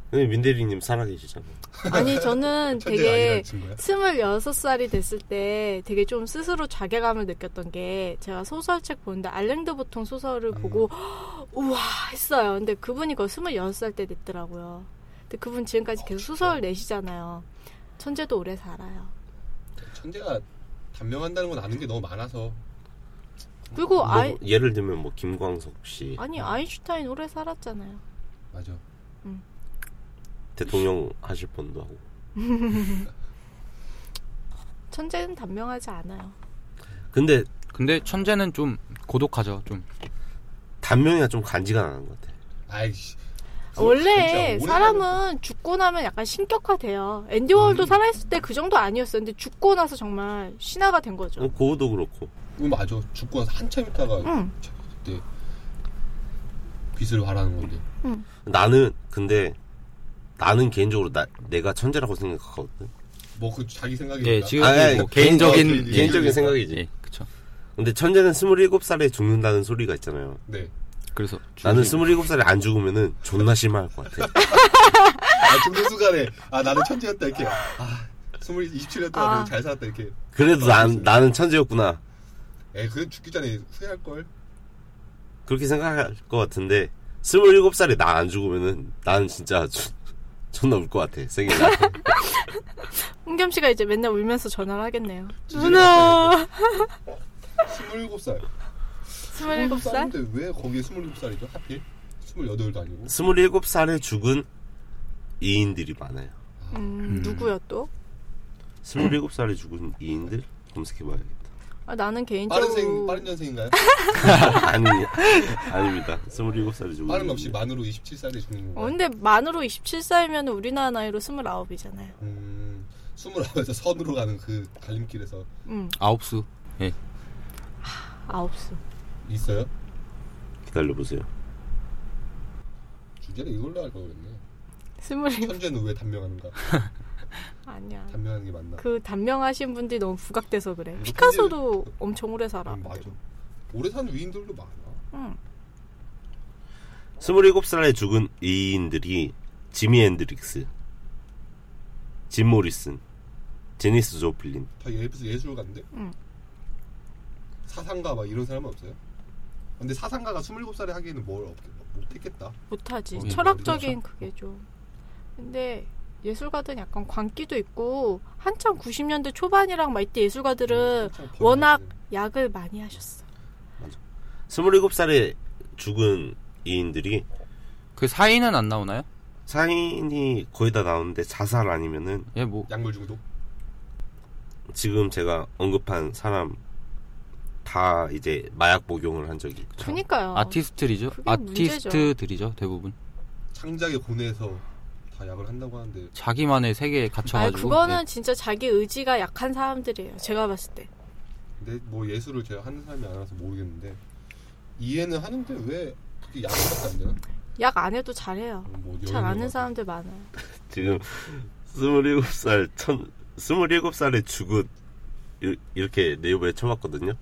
Speaker 2: 근데 민대리님 살아계시잖아요.
Speaker 1: 아니 저는
Speaker 4: *laughs* 천재가
Speaker 1: 되게
Speaker 4: 아니라는 친구야.
Speaker 1: 26살이 됐을 때 되게 좀 스스로 자괴감을 느꼈던 게 제가 소설책 보는데 알랭드 보통 소설을
Speaker 4: 음.
Speaker 1: 보고 우와 했어요. 근데 그분이 그거 26살 때 냈더라고요. 근데 그분 지금까지 계속 소설 내시잖아요. 천재도 오래 살아요.
Speaker 4: 천재가 단명한다는 건 아는 게 너무 많아서 음,
Speaker 1: 그리고
Speaker 2: 뭐
Speaker 1: 아이
Speaker 2: 예를 들면 뭐 김광석 씨
Speaker 1: 아니 아인슈타인 오래 살았잖아요.
Speaker 4: 맞아.
Speaker 2: 대통령 하실 분도 하고
Speaker 1: 천재는 단명하지 않아요.
Speaker 2: 근데
Speaker 3: 근데 천재는 좀 고독하죠. 좀
Speaker 2: 단명이가 좀 간지가 나는 것 같아.
Speaker 4: 아이씨.
Speaker 1: 원래
Speaker 4: 진짜 오래
Speaker 1: 사람은 죽고 나면 약간 신격화돼요. 앤디 월도
Speaker 4: 음.
Speaker 1: 살아있을 때 그 정도 아니었었는데 죽고 나서 정말 신화가 된
Speaker 2: 어,
Speaker 1: 거죠.
Speaker 2: 고우도 그렇고
Speaker 4: 응, 어, 맞아. 죽고 나서 한참 있다가
Speaker 1: 응.
Speaker 4: 자, 그때 빚을 화라는 건데.
Speaker 2: 나는 근데 나는 개인적으로 나, 내가 천재라고 생각하거든.
Speaker 4: 뭐 그 자기 생각이니까.
Speaker 3: 예, 지금
Speaker 2: 아니, 아니,
Speaker 3: 뭐
Speaker 2: 그
Speaker 3: 개인적인
Speaker 4: 개인-
Speaker 3: 예,
Speaker 2: 개인적인 생각이지.
Speaker 3: 예, 그쵸
Speaker 2: 근데 천재는 27살에 죽는다는 소리가 있잖아요.
Speaker 4: 네.
Speaker 3: 그래서
Speaker 2: 나는
Speaker 3: 죽으신-
Speaker 2: 27살에 안 죽으면은 존나 심할 것 같아.
Speaker 4: 아, 죽는 순간에 아 나는 천재였다 이렇게. 아, 20, 27년 동안
Speaker 1: 아.
Speaker 4: 잘 살았다 이렇게.
Speaker 2: 그래도 난, 나는 천재였구나.
Speaker 4: 에, 그래 죽기 전에 후회할 걸.
Speaker 2: 그렇게 생각할 것 같은데 27살에 나 안 죽으면은 나는 진짜 주- 존나 울 것 같아. 생일
Speaker 4: *laughs*
Speaker 2: 날.
Speaker 1: 홍겸 씨가 이제 맨날 울면서 전화를 하겠네요.
Speaker 4: 진짜
Speaker 1: 누나,
Speaker 4: 27살.
Speaker 1: 스물일곱 살?
Speaker 4: 살인데 왜 거기에 27살이죠? 하필? 28도 아니고.
Speaker 2: 27살에 죽은 이인들이 많아요.
Speaker 1: 음, 누구야 또?
Speaker 2: 27살에 죽은 이인들 검색해봐야겠다. *laughs*
Speaker 1: 아, 나는 개인적으로
Speaker 4: 빠른 생, 빠른 년생인가요?
Speaker 2: 아니, 아닙니다. 27살에 죽은
Speaker 4: 빠른 없이
Speaker 2: 이인들.
Speaker 4: 만으로 27살에 죽는
Speaker 1: 어,
Speaker 4: 건가요?
Speaker 1: 근데 만으로 27살이면 우리나라 나이로 29이잖아요.
Speaker 4: 음, 29에서 선으로 가는 그 갈림길에서
Speaker 1: 음,
Speaker 3: 아홉수.
Speaker 1: 아홉 수.
Speaker 4: 있어요?
Speaker 2: 기다려보세요.
Speaker 4: 주제를 이걸로 할 거였네.
Speaker 1: 스물일
Speaker 4: 천재는 왜 단명하는가?
Speaker 1: *laughs* 아니야.
Speaker 4: 단명하는 게 맞나?
Speaker 1: 그 단명하신 분들이 너무 부각돼서 그래.
Speaker 4: 이거
Speaker 1: 피카소도 엄청 오래 살아.
Speaker 4: 음, 맞아. 오래 사는 위인들도 많아.
Speaker 1: 응.
Speaker 2: 27살에 죽은 이인들이 지미 앤드릭스, 짐 모리슨, 제니스 조플린,
Speaker 4: 다 예술 예술가인데.
Speaker 1: 응.
Speaker 4: 사상가 막 이런 사람은 없어요. 근데 사상가가 27살에 하기에는 뭘 없겠, 못했겠다.
Speaker 1: 못하지.
Speaker 4: 음,
Speaker 1: 철학적인 그게 좀. 근데 예술가들은 약간 광기도 있고 한창 90년대 초반이랑 막 이때 예술가들은
Speaker 4: 한창 번영했을
Speaker 1: 그 워낙
Speaker 4: 때.
Speaker 1: 약을 많이 하셨어.
Speaker 2: 27살에 죽은 이인들이
Speaker 3: 그 사인은 안 나오나요?
Speaker 2: 사인이 거의 다 나오는데 자살 아니면은
Speaker 3: 예, 뭐
Speaker 4: 약물 중독.
Speaker 2: 지금 제가 언급한 사람 다 이제 마약 복용을 한 적이 있죠.
Speaker 1: 그러니까요.
Speaker 3: 아티스트들이죠.
Speaker 1: 그게
Speaker 3: 아티스트들이죠, 대부분.
Speaker 4: 창작의 고뇌에서 다 약을 한다고 하는데
Speaker 3: 자기만의 세계에 갇혀
Speaker 1: 아,
Speaker 3: 가지고. 네.
Speaker 1: 그거는 진짜 자기 의지가 약한 사람들이에요. 제가 봤을 때.
Speaker 4: 근데 뭐 예술을 제가 하는 사람이 아니라서 모르겠는데 이해는 하는데 왜 그게 약밖에 안 되나?
Speaker 1: 약 안 해도 잘해요.
Speaker 4: 뭐
Speaker 1: 잘 아는
Speaker 4: 여행을 가고.
Speaker 1: 사람들 많아요.
Speaker 2: 지금 27살 천 27살에 죽은 이- 이렇게 네이버에 쳐봤거든요.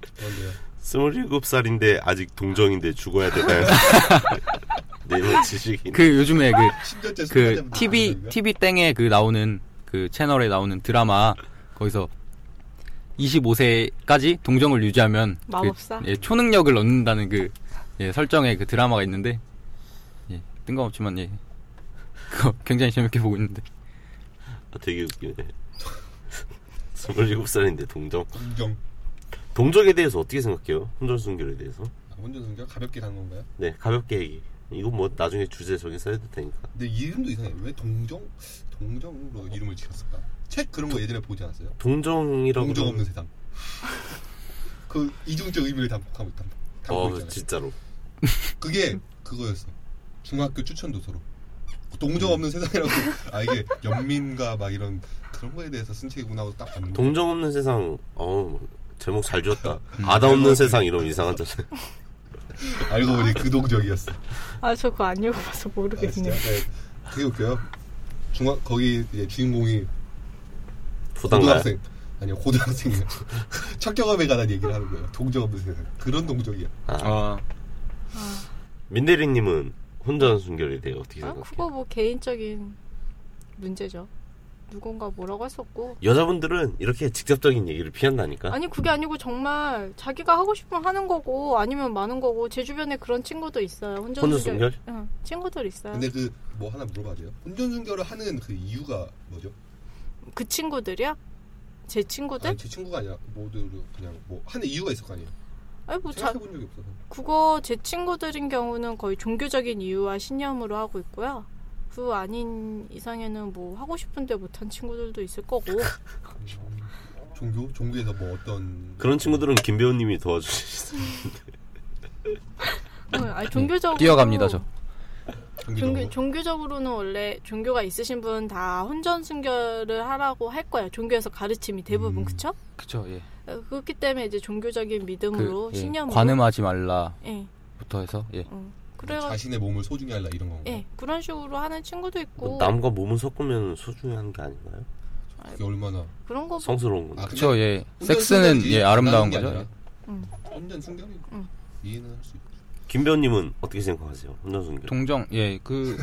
Speaker 4: 그런데요.
Speaker 2: 27살인데 아직 동정인데 죽어야 되나요? 네이버 지식인.
Speaker 3: 그 요즘에 그
Speaker 4: 10년째
Speaker 3: 그
Speaker 4: 아,
Speaker 3: TV TV 땡에 그 나오는 그 채널에 나오는 드라마 거기서 25세까지 동정을 유지하면 그,
Speaker 1: 마법사?
Speaker 3: 예, 초능력을 얻는다는 그 예, 설정의 그 드라마가 있는데 예, 뜬금없지만 예. *laughs* 그거 굉장히 재밌게 보고 있는데
Speaker 2: 아, 되게 웃기네. 27살인데 동정.
Speaker 4: 공정
Speaker 2: 동정에 대해서 어떻게 생각해요? 혼전 순결에 대해서?
Speaker 4: 아, 혼전 성격 가볍게 간 건가요?
Speaker 2: 네, 가볍게 얘기. 이건 뭐 나중에 주제 저기 써야 될 테니까.
Speaker 4: 근데 이름도 이상해. 왜 동정 동정으로 이름을 지었을까? 책 그런 거 예전에 보지 않았어요?
Speaker 2: 동정이라고.
Speaker 4: 동정
Speaker 2: 그러면-
Speaker 4: 없는 세상. *laughs* 그 이중적 의미를 담고 담- 담고
Speaker 2: 어,
Speaker 4: 있잖아요.
Speaker 2: 진짜로.
Speaker 4: 그게 그거였어. 중학교 추천 도서로. 동정
Speaker 3: *laughs*
Speaker 4: 없는 세상이라고. 아 이게 연민과 막 이런 그런 거에 대해서 쓴 책이구나 하고 딱 봤는데.
Speaker 2: 동정 없는 세상. 어 제목 잘 지었다. 음. 아다 없는 세상 이러면 *laughs* 이상하잖아요.
Speaker 4: 알고 보니 그 동정이었어.
Speaker 1: 아, 저 그거 안 읽어봐서
Speaker 4: 아, 진짜.
Speaker 1: 모르겠네요.
Speaker 4: 네, 되게 웃겨요. 중학 거기 이제 주인공이
Speaker 2: 부담가.
Speaker 4: 고등학생 아니요 고등학생이요. *laughs* 첫 경험에 관한 얘기를 하는 거예요. 동정 없는 세상. 그런 동정이야.
Speaker 2: 아,
Speaker 3: 아,
Speaker 2: 민대리님은 혼전 순결에 대해 어떻게
Speaker 1: 아,
Speaker 2: 생각해요?
Speaker 1: 그거 뭐 개인적인 문제죠. 누군가 뭐라고 했었고.
Speaker 2: 여자분들은 이렇게 직접적인 얘기를 피한다니까.
Speaker 1: 아니, 그게 아니고 정말 자기가 하고 싶으면 하는 거고 아니면 많은 거고 제 주변에 그런 친구도 있어요. 혼전
Speaker 2: 혼전
Speaker 1: 순결.
Speaker 2: 순결?
Speaker 1: 응, 친구들 있어요.
Speaker 4: 근데 그 뭐 하나 물어봐도 돼요? 운전순결을 하는 그 이유가 뭐죠?
Speaker 1: 그 친구들이야? 제 친구들?
Speaker 4: 아니 제 친구가 아니라 모두 그냥 뭐 하는 이유가 있을 거 아니에요?
Speaker 1: 아니, 뭐 자,
Speaker 4: 생각해본 적이 없어서
Speaker 1: 그거 제 친구들인 경우는 거의 종교적인 이유와 신념으로 하고 있고요. 그 아닌 이상에는 뭐 하고 싶은데 못한 친구들도 있을 거고. 어,
Speaker 4: 종교? 종교에서 뭐 어떤
Speaker 2: 그런 친구들은 김배우님이 도와주시죠.
Speaker 1: 응, 아니 종교적으로
Speaker 3: 네, 뛰어갑니다, 저.
Speaker 1: 종교, 종교적으로는 원래 종교가 있으신 분 다 혼전 순결을 하라고 할 거예요. 종교에서 가르침이 대부분
Speaker 4: 음.
Speaker 1: 그쵸?
Speaker 3: 그쵸 예.
Speaker 1: 어, 그렇기 때문에 이제 종교적인 믿음으로
Speaker 3: 예,
Speaker 1: 신념으로
Speaker 3: 관음하지 말라부터
Speaker 1: 예,
Speaker 3: 해서 예.
Speaker 1: 응. 그래 가
Speaker 4: 자신의 몸을 소중히 하려 이런 건가?
Speaker 1: 예, 그런 식으로 하는 친구도
Speaker 3: 뭐
Speaker 1: 있고
Speaker 2: 남과 몸을 섞으면 소중한 게 아닌가요?
Speaker 4: 그게 얼마나
Speaker 1: 그런 거
Speaker 2: 성스러운 건데.
Speaker 4: 아,
Speaker 3: 그쵸 예.
Speaker 4: 혼전
Speaker 3: 섹스는
Speaker 4: 순결이지.
Speaker 3: 예, 아름다운
Speaker 4: 나가는 게
Speaker 3: 거죠.
Speaker 4: 아니라
Speaker 1: 응.
Speaker 4: 혼전 순결이
Speaker 1: 응.
Speaker 4: 이해는 할 수 있죠.
Speaker 2: 김배우님은 어떻게 생각하세요? 혼전
Speaker 4: 네.
Speaker 2: 순결.
Speaker 3: 동정 예
Speaker 4: *laughs*
Speaker 3: 그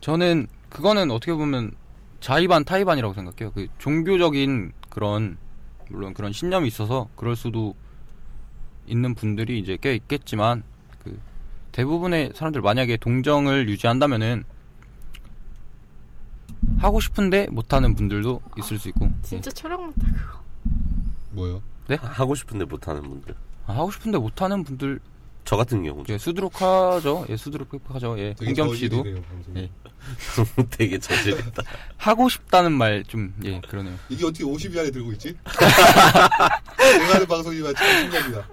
Speaker 3: 저는 그거는 어떻게 보면 자의반 타의반이라고 생각해요. 그 종교적인 그런 물론 그런 신념이 있어서 그럴 수도 있는 분들이 이제 꽤 있겠지만 그 대부분의 사람들 만약에 동정을 유지한다면은 하고 싶은데 못하는 분들도 있을 수 있고 예.
Speaker 1: 진짜 철학 못하 그거
Speaker 4: 뭐요?
Speaker 2: 하고 싶은데 못하는 분들.
Speaker 3: 아, 하고 싶은데 못하는 분들
Speaker 2: 저 같은 경우
Speaker 3: 예, 수두룩하죠. 예, 수두룩하죠. 예,
Speaker 4: 되게
Speaker 3: 홍겸 씨도
Speaker 4: 저질이네요, 방송이.
Speaker 3: 예.
Speaker 2: *laughs* 되게 저질했다.
Speaker 3: 하고 싶다는 말 좀 예 그러네요.
Speaker 4: 이게 어떻게 50위 안에 들고 있지? 내가 하는 방송이 마치 신기합니다.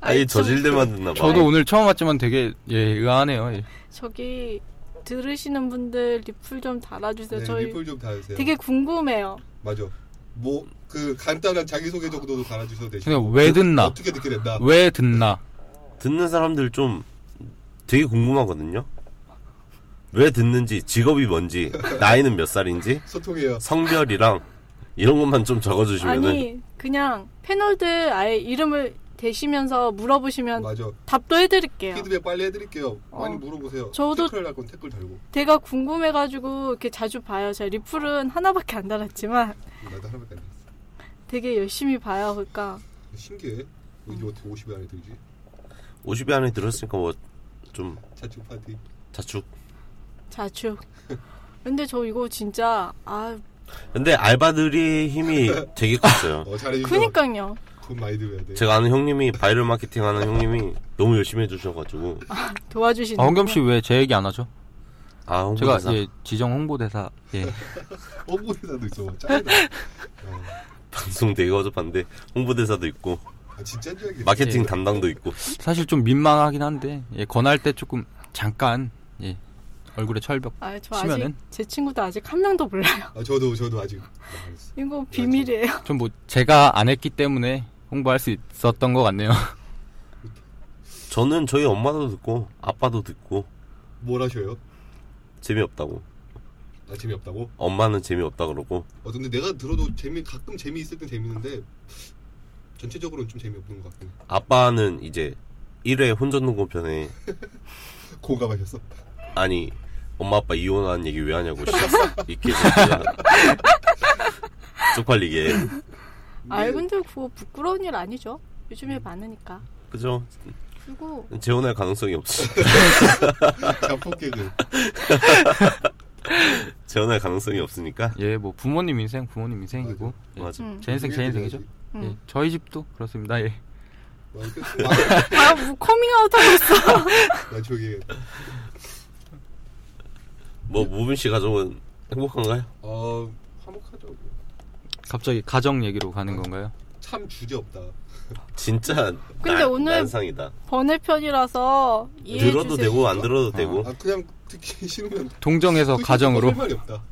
Speaker 2: 아예 저질들만 듣나 봐.
Speaker 3: 저도 오늘 처음 왔지만 되게 예 의아하네요. 예.
Speaker 1: 저기 들으시는 분들 리플 좀 달아주세요.
Speaker 4: 네,
Speaker 1: 저희
Speaker 4: 리플 좀 달으세요.
Speaker 1: 되게 궁금해요.
Speaker 4: 맞아. 뭐 그 간단한 자기소개 정도도 달아주셔도 되시고
Speaker 3: 그냥 왜 듣나?
Speaker 4: 어떻게 듣게 됐나?
Speaker 3: 왜 듣나?
Speaker 2: 듣는 사람들 좀 되게 궁금하거든요. 왜 듣는지, 직업이 뭔지, 나이는 몇 살인지,
Speaker 4: 소통해요.
Speaker 2: 성별이랑 이런 것만 좀 적어주시면은
Speaker 1: 아니 그냥 패널들 아예 이름을 대시면서 물어보시면
Speaker 4: 맞아.
Speaker 1: 답도 해드릴게요.
Speaker 4: 피드백 빨리 해드릴게요. 많이
Speaker 1: 음. 어.
Speaker 4: 물어보세요.
Speaker 1: 저도-
Speaker 4: 태클 할건 태클 달고.
Speaker 1: 제가 궁금해가지고 이렇게 자주 봐요. 제가 리플은 하나밖에 안 달았지만
Speaker 4: 나도 하나밖에 안 했어.
Speaker 1: 되게 열심히 봐요. 그러니까
Speaker 4: 신기해. 이게 어떻게 50위 안에 들지?
Speaker 2: 50위 안에 들었으니까 뭐 좀
Speaker 4: 자축 파티.
Speaker 2: 자축.
Speaker 1: 자축. 근데 저 이거 진짜 아
Speaker 2: 근데 알바들이 힘이 되게 컸어요.
Speaker 4: 어 잘해주세요.
Speaker 1: 그니까요.
Speaker 4: 돈 많이 들어야 돼.
Speaker 2: 제가 아는 형님이 바이럴 마케팅 하는 형님이 너무 열심히 해주셔가지고
Speaker 1: 도와주시는.
Speaker 3: 아, 홍겸 씨 왜 제 얘기 안 하죠?
Speaker 2: 아
Speaker 3: 제가
Speaker 2: 음. 홍보대사
Speaker 3: 예 지정 홍보대사 예
Speaker 4: 홍보대사도 있어. 뭐, 짱이다. 어,
Speaker 2: *laughs* 방송 되게 어접한데 홍보대사도 있고
Speaker 4: 아, 진짜 이야기.
Speaker 2: 마케팅
Speaker 3: 예.
Speaker 2: 담당도 있고
Speaker 3: 사실 좀 민망하긴 한데 예 권할 때 조금 잠깐 예 얼굴에 철벽
Speaker 1: 아저 아직
Speaker 3: 치면은?
Speaker 1: 제 친구도 아직 한 명도 몰라요.
Speaker 4: 아, 저도 저도 아직 안 했어.
Speaker 1: 이거 비밀이에요.
Speaker 3: 좀 뭐 제가 안 했기 때문에 홍보할 수 있었던 것 같네요. *laughs*
Speaker 2: 저는 저희 엄마도 듣고 아빠도 듣고
Speaker 4: 뭘 하셔요?
Speaker 2: 재미없다고
Speaker 4: 아 재미없다고?
Speaker 2: 엄마는 재미없다 그러고
Speaker 4: 어 근데 내가 들어도 재미 가끔 재미 있을 땐 재밌는데 전체적으로는 좀 재미없는 것 같긴 해.
Speaker 2: 아빠는 이제 1회 혼전 농구편에
Speaker 4: *laughs* 공감하셨어?
Speaker 2: 아니 엄마 아빠 이혼하는 얘기 왜 하냐고 시작 이렇게 얘기하잖아. 쪽팔리게
Speaker 1: 아 근데 그거 부끄러운 일 아니죠? 요즘에 많으니까.
Speaker 2: 그죠
Speaker 1: 그리고
Speaker 2: 재혼할 가능성이 없어
Speaker 4: 자폭 개그.
Speaker 2: 재혼할 가능성이 없으니까
Speaker 3: 예 뭐 부모님 인생 부모님 인생이고 예,
Speaker 2: 맞아
Speaker 1: 음.
Speaker 3: 제 인생 제 인생이죠.
Speaker 1: 음.
Speaker 3: 예, 저희 집도 그렇습니다. 예.
Speaker 4: 와, 이렇게 *laughs* 막-
Speaker 1: 아, 뭐 커밍아웃하고 있어. *laughs*
Speaker 4: 나 저기
Speaker 2: 뭐 무빈 씨 가족은 행복한가요?
Speaker 4: 어 화목하죠.
Speaker 3: 갑자기 가정 얘기로 가는 건가요?
Speaker 4: 참 주제 없다.
Speaker 2: 진짜
Speaker 1: 근데
Speaker 2: 나-
Speaker 1: 오늘
Speaker 2: 난상이다.
Speaker 1: 번외편이라서 이해해
Speaker 2: 들어도
Speaker 1: 주세요.
Speaker 2: 되고 안 들어도 되고
Speaker 4: 아 그냥 듣기 *laughs* 싫으면
Speaker 3: 동정에서
Speaker 4: 듣기
Speaker 2: 뭐
Speaker 3: 가정으로
Speaker 4: 싫으면 할 말이 없다.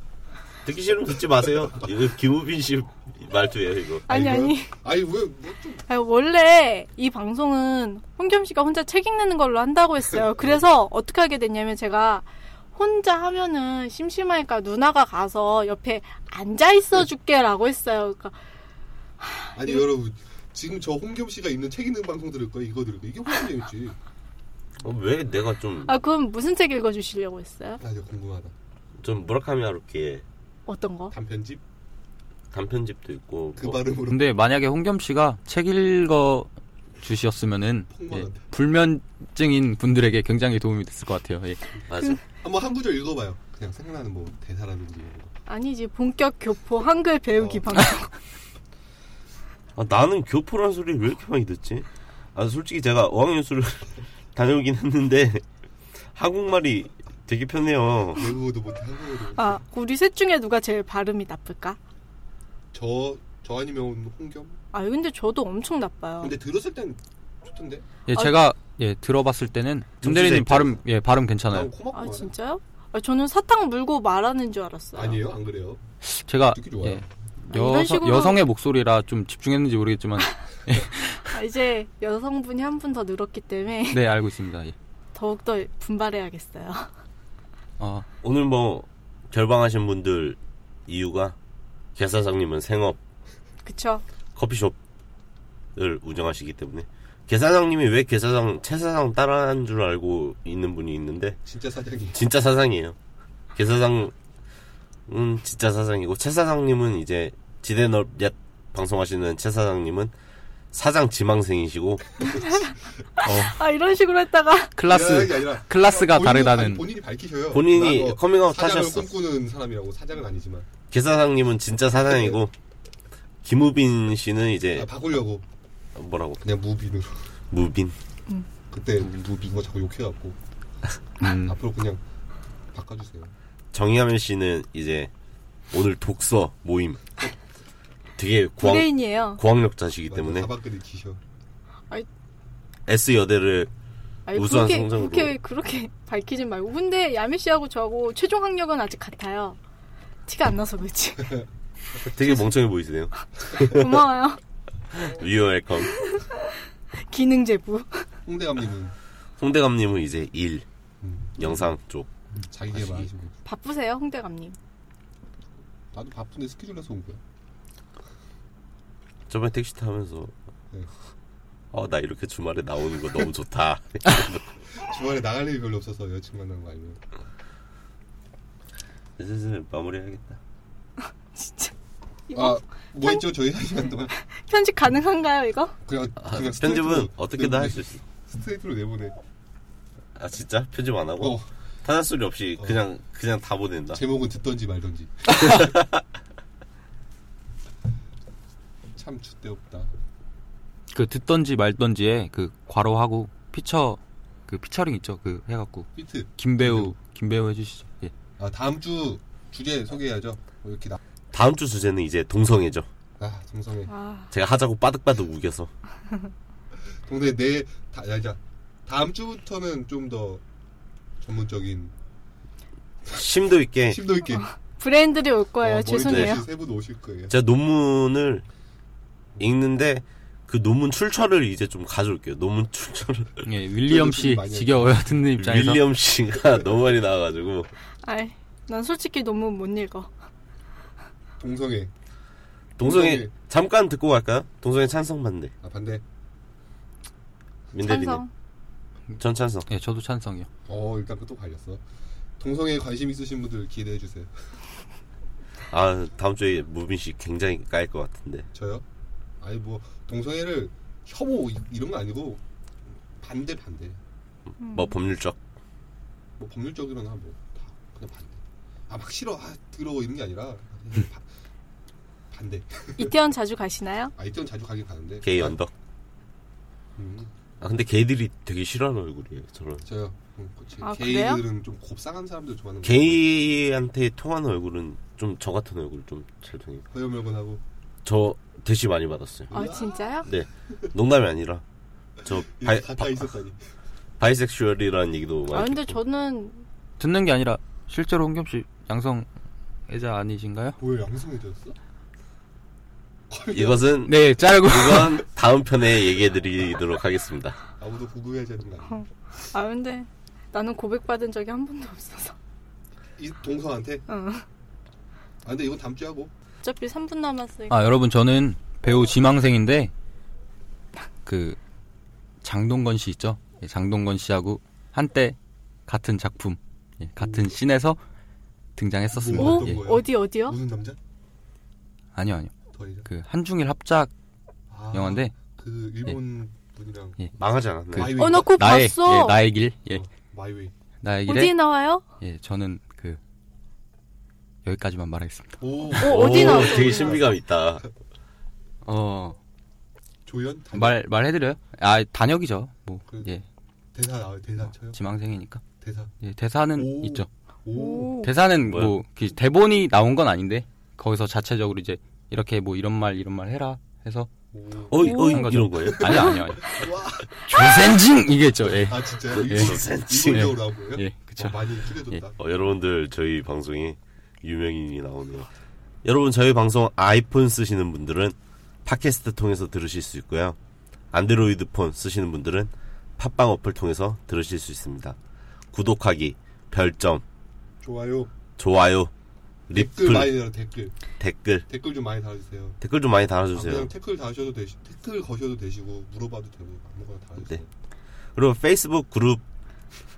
Speaker 2: 듣기 싫으면 듣지 마세요. 이거 김우빈 씨 말투예요 이거.
Speaker 1: 아니
Speaker 4: 아니, 뭐,
Speaker 1: 아니. *laughs*
Speaker 4: 아니 왜뭐좀
Speaker 1: 아니, 원래 이 방송은 홍겸 씨가 혼자 책 읽는 걸로 한다고
Speaker 2: *laughs*
Speaker 1: 했어요. 그래서 어떻게 하게 됐냐면 제가 혼자 하면은 심심하니까 누나가 가서 옆에 앉아
Speaker 2: 네.
Speaker 1: 있어 줄게라고 했어요. 그러니까
Speaker 4: 아니 여러분 지금 저 홍겸 씨가 있는 책 있는 방송 들을 거예요. 이거 들을 거예요. 이게 훨씬 재밌지.
Speaker 2: 어, 왜 내가 좀 좀
Speaker 1: 아 그럼 무슨 책 읽어 주시려고 했어요?
Speaker 4: 나 이제 아, 궁금하다.
Speaker 2: 무라카미 하루키의
Speaker 1: 어떤 거?
Speaker 4: 단편집
Speaker 2: 단편집도 있고
Speaker 4: 그
Speaker 2: 뭐
Speaker 4: 발음으로
Speaker 3: 근데 만약에 홍겸 씨가 책 읽어 주셨으면은
Speaker 4: 폭만
Speaker 3: 예,
Speaker 4: 한다.
Speaker 3: 불면증인 분들에게 굉장히 도움이 됐을 것 같아요. 예.
Speaker 2: 맞아.
Speaker 1: 그-
Speaker 4: 한번 한 구절 읽어봐요. 그냥 생각나는 뭐 대사라든지 이런 거.
Speaker 1: 아니지 본격 교포 한글 배우기
Speaker 4: 어.
Speaker 1: 방송.
Speaker 2: 아, 나는 교포란 소리 왜 이렇게 많이 듣지? 아 솔직히 제가 어학연수를 *laughs* 다녀오긴 했는데 한국말이 되게 편해요.
Speaker 4: 외국어도 못해 한국어도 못해.
Speaker 1: 아 우리 셋 중에 누가 제일 발음이 나쁠까?
Speaker 4: 저, 저 아니면 홍겸?
Speaker 1: 아 근데 저도 엄청 나빠요.
Speaker 4: 근데 들었을 땐 좋던데?
Speaker 3: 예, 제가 예, 들어봤을 때는
Speaker 2: 정치자
Speaker 3: 김대리님
Speaker 2: 입장.
Speaker 3: 발음 예, 발음
Speaker 4: 난
Speaker 3: 괜찮아요.
Speaker 4: 코막고
Speaker 1: 아
Speaker 4: 말해.
Speaker 1: 진짜요? 아, 저는 사탕 물고 말하는 줄 알았어요.
Speaker 4: 어, 아니에요? 안 그래요?
Speaker 3: 제가
Speaker 4: 듣기 좋아요.
Speaker 3: 예,
Speaker 1: 아, 이런
Speaker 3: 여성,
Speaker 1: 식으로-
Speaker 3: 여성의 목소리라 좀
Speaker 1: *laughs*
Speaker 3: 집중했는지 모르겠지만
Speaker 1: 아, 이제 여성분이 한 분 더 늘었기 때문에 *laughs*
Speaker 3: 네 알고 있습니다. 예.
Speaker 1: 더욱더 분발해야겠어요. *laughs*
Speaker 3: 어,
Speaker 2: 오늘 뭐 결방하신 분들 이유가 개사장님은 생업
Speaker 1: 그쵸?
Speaker 2: 커피숍을 운영하시기 때문에 개사장님이 왜 개사장 최사장 따라한 줄 알고 있는 분이 있는데
Speaker 4: 진짜 사장이.
Speaker 2: 진짜 사장이에요. 개사장은 진짜 사장이고 최사장님은 이제 지대 넓옛 방송하시는 최사장님은 사장 지망생이시고
Speaker 1: 아 이런 식으로
Speaker 4: *laughs*
Speaker 1: 했다가
Speaker 4: 이런 게
Speaker 3: 클라스
Speaker 4: 아니라
Speaker 3: 클라스가
Speaker 4: 본인이-
Speaker 3: 다르다는
Speaker 4: 아니, 본인이 밝히셔요.
Speaker 2: 본인이
Speaker 4: 나도
Speaker 2: 커밍아웃
Speaker 4: 사장을
Speaker 2: 하셨어.
Speaker 4: 꿈꾸는 사람이라고 사장은 아니지만.
Speaker 2: 개사장님은 진짜 사장이고 김우빈 씨는 이제
Speaker 3: 예.
Speaker 4: 아, 바꾸려고
Speaker 2: 뭐라고
Speaker 4: 그냥 무빈으로 *laughs*
Speaker 2: 무빈
Speaker 4: 그때
Speaker 3: 음.
Speaker 4: 무빈 거 자꾸 욕해갖고 앞으로 그냥 바꿔주세요.
Speaker 2: 정의하면 씨는 이제 오늘 독서 모임 되게 고학,
Speaker 5: 브레인이에요.
Speaker 2: 고학력 자시기 때문에
Speaker 4: 사박들이 지셔.
Speaker 2: S 여대를
Speaker 5: 아니,
Speaker 2: 우수한
Speaker 5: 그렇게,
Speaker 2: 성적으로.
Speaker 5: 그렇게, 그렇게 밝히진 말고. 근데 야미 씨하고 저하고 최종 학력은 아직 같아요. 티가 안 나서
Speaker 4: *laughs*
Speaker 5: 그렇지.
Speaker 2: 되게 멍청해 보이시네요.
Speaker 1: *laughs*
Speaker 5: 고마워요.
Speaker 2: You are welcome.
Speaker 5: 기능 제부.
Speaker 4: 홍대 감님은
Speaker 2: 홍대감님은 이제 일
Speaker 4: 음.
Speaker 2: 영상 쪽
Speaker 4: 자기 개발 하시고
Speaker 5: 바쁘세요, 홍대감님.
Speaker 4: 나도 바쁜데 스케줄 내서 온 거야.
Speaker 2: 저번에 택시 타면서
Speaker 4: 네.
Speaker 2: 어 나 이렇게 주말에 나오는 거 너무
Speaker 4: *laughs*
Speaker 2: 좋다.
Speaker 4: 주말에 나갈 일이 별로 없어서 여친 만난 거 아니면
Speaker 2: 이제 슬슬 마무리해야겠다.
Speaker 5: 진짜.
Speaker 4: 아.
Speaker 5: 이거
Speaker 4: 아뭐 했죠 저희 한 시간 동안
Speaker 5: 편집 가능한가요, 이거?
Speaker 4: 그냥
Speaker 2: 아,
Speaker 4: 그냥
Speaker 2: 편집은
Speaker 4: 스트레이트로
Speaker 2: 어떻게든
Speaker 4: 내-
Speaker 2: 할 수 있어. 어,
Speaker 4: 스트레이트로 내보내.
Speaker 2: 아 진짜 편집 안 하고
Speaker 4: 어
Speaker 2: 타자 소리 없이 그냥 그냥 다 보낸다.
Speaker 4: 제목은
Speaker 2: *laughs*
Speaker 4: 듣던지 말던지. 참 주대 없다.
Speaker 3: 그 듣던지 말던지에 그 괄호하고 피처 그 피처링 있죠. 그 해갖고
Speaker 4: 피트. 네.
Speaker 3: 김배우 김배우 해주시죠. 예.
Speaker 4: 아 다음 주 주제 소개해야죠. 뭐 이렇게 나.
Speaker 2: 다음 주 주제는 이제 동성애죠.
Speaker 4: 아 동성애.
Speaker 5: 아,
Speaker 2: 제가 하자고 빠득빠득 우겨서
Speaker 4: 동네 내 다, 야, 자 다음 주부터는 좀 더 전문적인
Speaker 2: 심도 있게
Speaker 4: 심도 있게.
Speaker 5: 브랜드들이 올 거예요.
Speaker 4: 어, 머리
Speaker 5: 아, 죄송해요.
Speaker 4: 대신 세분 오실 거예요.
Speaker 2: 제가 논문을 읽는데 그 논문 출처를 이제 좀 가져올게요. 논문 출처를
Speaker 3: 예, 윌리엄
Speaker 4: 그래도 좀
Speaker 3: 씨
Speaker 4: 많이
Speaker 3: 지겨워요 *laughs* 듣는 입장에서.
Speaker 2: 윌리엄
Speaker 4: *laughs*
Speaker 2: 씨가 너무 많이 나와가지고
Speaker 5: 아이, 난 솔직히 너무 못 읽어.
Speaker 4: 동성애.
Speaker 2: 동성애
Speaker 4: 동성애.
Speaker 2: 잠깐 듣고 갈까요? 동성애 찬성 반대.
Speaker 4: 아 반대.
Speaker 2: 민대리님
Speaker 5: 찬성.
Speaker 2: 전 찬성.
Speaker 3: 예, 저도 찬성이요.
Speaker 4: 어 일단 그또 갈렸어. 동성애에 관심 있으신 분들 기대해 주세요.
Speaker 2: 아 다음 주에 무빈 씨 굉장히 까일 것 같은데.
Speaker 5: 음.
Speaker 4: 저요? 아니 뭐 동성애를 혐오 이- 이런 거 아니고 반대 반대.
Speaker 2: 뭐 법률적
Speaker 4: 뭐 법률적으로나 뭐 다 그냥 반대. 아 막 싫어 아 들어 이런 게 아니라 바- 반대.
Speaker 5: 이태원 자주 가시나요?
Speaker 4: 아 이때는 자주 가긴 가는데.
Speaker 2: 게이
Speaker 4: 아,
Speaker 2: 언덕.
Speaker 4: 음,
Speaker 2: 아 근데 게이들이 되게 싫어하는 얼굴이에요. 저런
Speaker 4: 저요. 음, 그치.
Speaker 5: 아, 그래요?
Speaker 4: 게이들은 좀 곱상한 사람들 좋아하는 거.
Speaker 2: 게이한테 통하는 얼굴은 좀 저 같은 얼굴 좀 잘 통해요.
Speaker 4: 허여물건하고
Speaker 2: 저 대시 많이 받았어요.
Speaker 5: 아, 진짜요?
Speaker 2: 농담이 아니라 저
Speaker 4: 이렇게
Speaker 2: 바이,
Speaker 4: 가까이 있었다니.
Speaker 2: 섹슈얼이라는 얘기도 뭐 많이
Speaker 5: 아, 근데
Speaker 2: 듣고.
Speaker 5: 저는
Speaker 3: 듣는 게 아니라 실제로 홍겸 씨 양성애자 아니신가요?
Speaker 4: 뭐야 양성애자였어?
Speaker 2: 이것은
Speaker 3: 네, 자르고.
Speaker 2: 이건 다음 편에 얘기해드리도록 하겠습니다.
Speaker 4: 아무도 궁금해하지 않는 거 아니야?
Speaker 5: 아, 근데 나는 고백받은 적이 한 번도 없어서.
Speaker 4: 이 동서한테?
Speaker 5: 응.
Speaker 4: 아 근데 이건 다음 주에 하고
Speaker 5: 어차피 3분 남았으니까.
Speaker 3: 아, 여러분 저는 배우 지망생인데 그 장동건 씨 있죠? 예, 장동건 씨하고 한때 같은 작품, 예, 같은 씬에서 등장했었습니다.
Speaker 4: 뭐
Speaker 5: 오?
Speaker 4: 어떤
Speaker 3: 예.
Speaker 4: 거예요?
Speaker 5: 음. 어디, 어디요?
Speaker 4: 무슨 남자?
Speaker 3: 아니요, 아니요.
Speaker 4: 더이자
Speaker 3: 그 한중일 합작
Speaker 4: 아,
Speaker 3: 영화인데 네.
Speaker 4: 그 일본 분이랑
Speaker 2: 망하지 않았나요?
Speaker 4: 마이웨이
Speaker 5: 어, 나꼭
Speaker 3: 나의
Speaker 5: 봤어.
Speaker 3: 예, 나의 길. 예.
Speaker 4: 어, 마이웨이
Speaker 3: 나의 길에
Speaker 5: 어디에 나와요?
Speaker 3: 예, 저는 그 여기까지만 말하겠습니다.
Speaker 4: 오
Speaker 5: 어, 어디
Speaker 2: 오,
Speaker 5: 나왔어?
Speaker 2: 되게 신비감 있다.
Speaker 3: 어,
Speaker 4: 조연? 단-
Speaker 3: 말 말해드려요? 아, 단역이죠. 뭐,
Speaker 4: 그래.
Speaker 3: 예,
Speaker 4: 대사 나와요 대사 쳐요
Speaker 3: 지망생이니까.
Speaker 4: 대사
Speaker 3: 예, 대사는
Speaker 4: 오.
Speaker 3: 있죠.
Speaker 4: 오
Speaker 5: 오.
Speaker 3: 대사는
Speaker 2: 뭐야?
Speaker 3: 뭐 그, 대본이 나온 건 아닌데 거기서 자체적으로 이제 이렇게 뭐 이런 말 이런 말 해라 해서
Speaker 4: 오.
Speaker 2: 어이,
Speaker 5: 오.
Speaker 2: 어이,
Speaker 3: 한 거죠.
Speaker 2: 이런 거예요?
Speaker 3: 아니 아니 아니
Speaker 4: *laughs* 와.
Speaker 3: 조센징 이겠죠 예.
Speaker 4: 아 진짜요?
Speaker 3: 예.
Speaker 4: 일본적으로 나온 거예요?
Speaker 3: 예, 그쵸.
Speaker 4: 어, 많이 줄여줬다
Speaker 2: 어, 여러분들, 저희 방송에 유명인이 나오네요. 여러분, 저희 방송 아이폰 쓰시는 분들은 팟캐스트 통해서 들으실 수 있고요. 안드로이드 폰 쓰시는 분들은 팟빵 어플 통해서 들으실 수 있습니다. 구독하기, 별점,
Speaker 4: 좋아요
Speaker 2: 좋아요,
Speaker 4: 댓글 많이
Speaker 2: 리플,
Speaker 4: 달아 댓글
Speaker 2: 댓글,
Speaker 4: 댓글 좀 많이 달아주세요
Speaker 2: 댓글 좀 많이
Speaker 4: 아, 그냥
Speaker 2: 달아주세요.
Speaker 4: 댓글 다셔도 되시 댓글 거셔도 되시고 물어봐도 되고 아무거나 달아주세요
Speaker 2: 네. 그리고 페이스북 그룹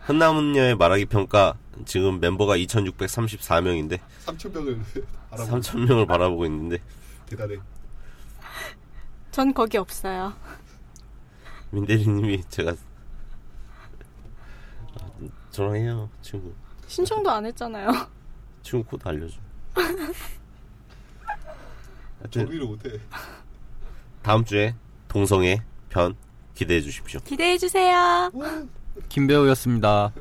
Speaker 2: 흔남은녀의 말하기 평가 지금 멤버가 2,634명인데
Speaker 4: 3천명을 *laughs* 알아보고
Speaker 2: 3,000명을 바라보고 있는데
Speaker 4: 대단해
Speaker 5: 전 거기 없어요.
Speaker 2: 민대리님이 제가 아, 저랑 해요 친구
Speaker 5: *laughs* 신청도 안 했잖아요.
Speaker 2: 친구 코드 알려줘
Speaker 4: 정리를 못해.
Speaker 2: 다음 주에 동성애 편 기대해 주십시오.
Speaker 1: 기대해 주세요.
Speaker 3: 김배우였습니다.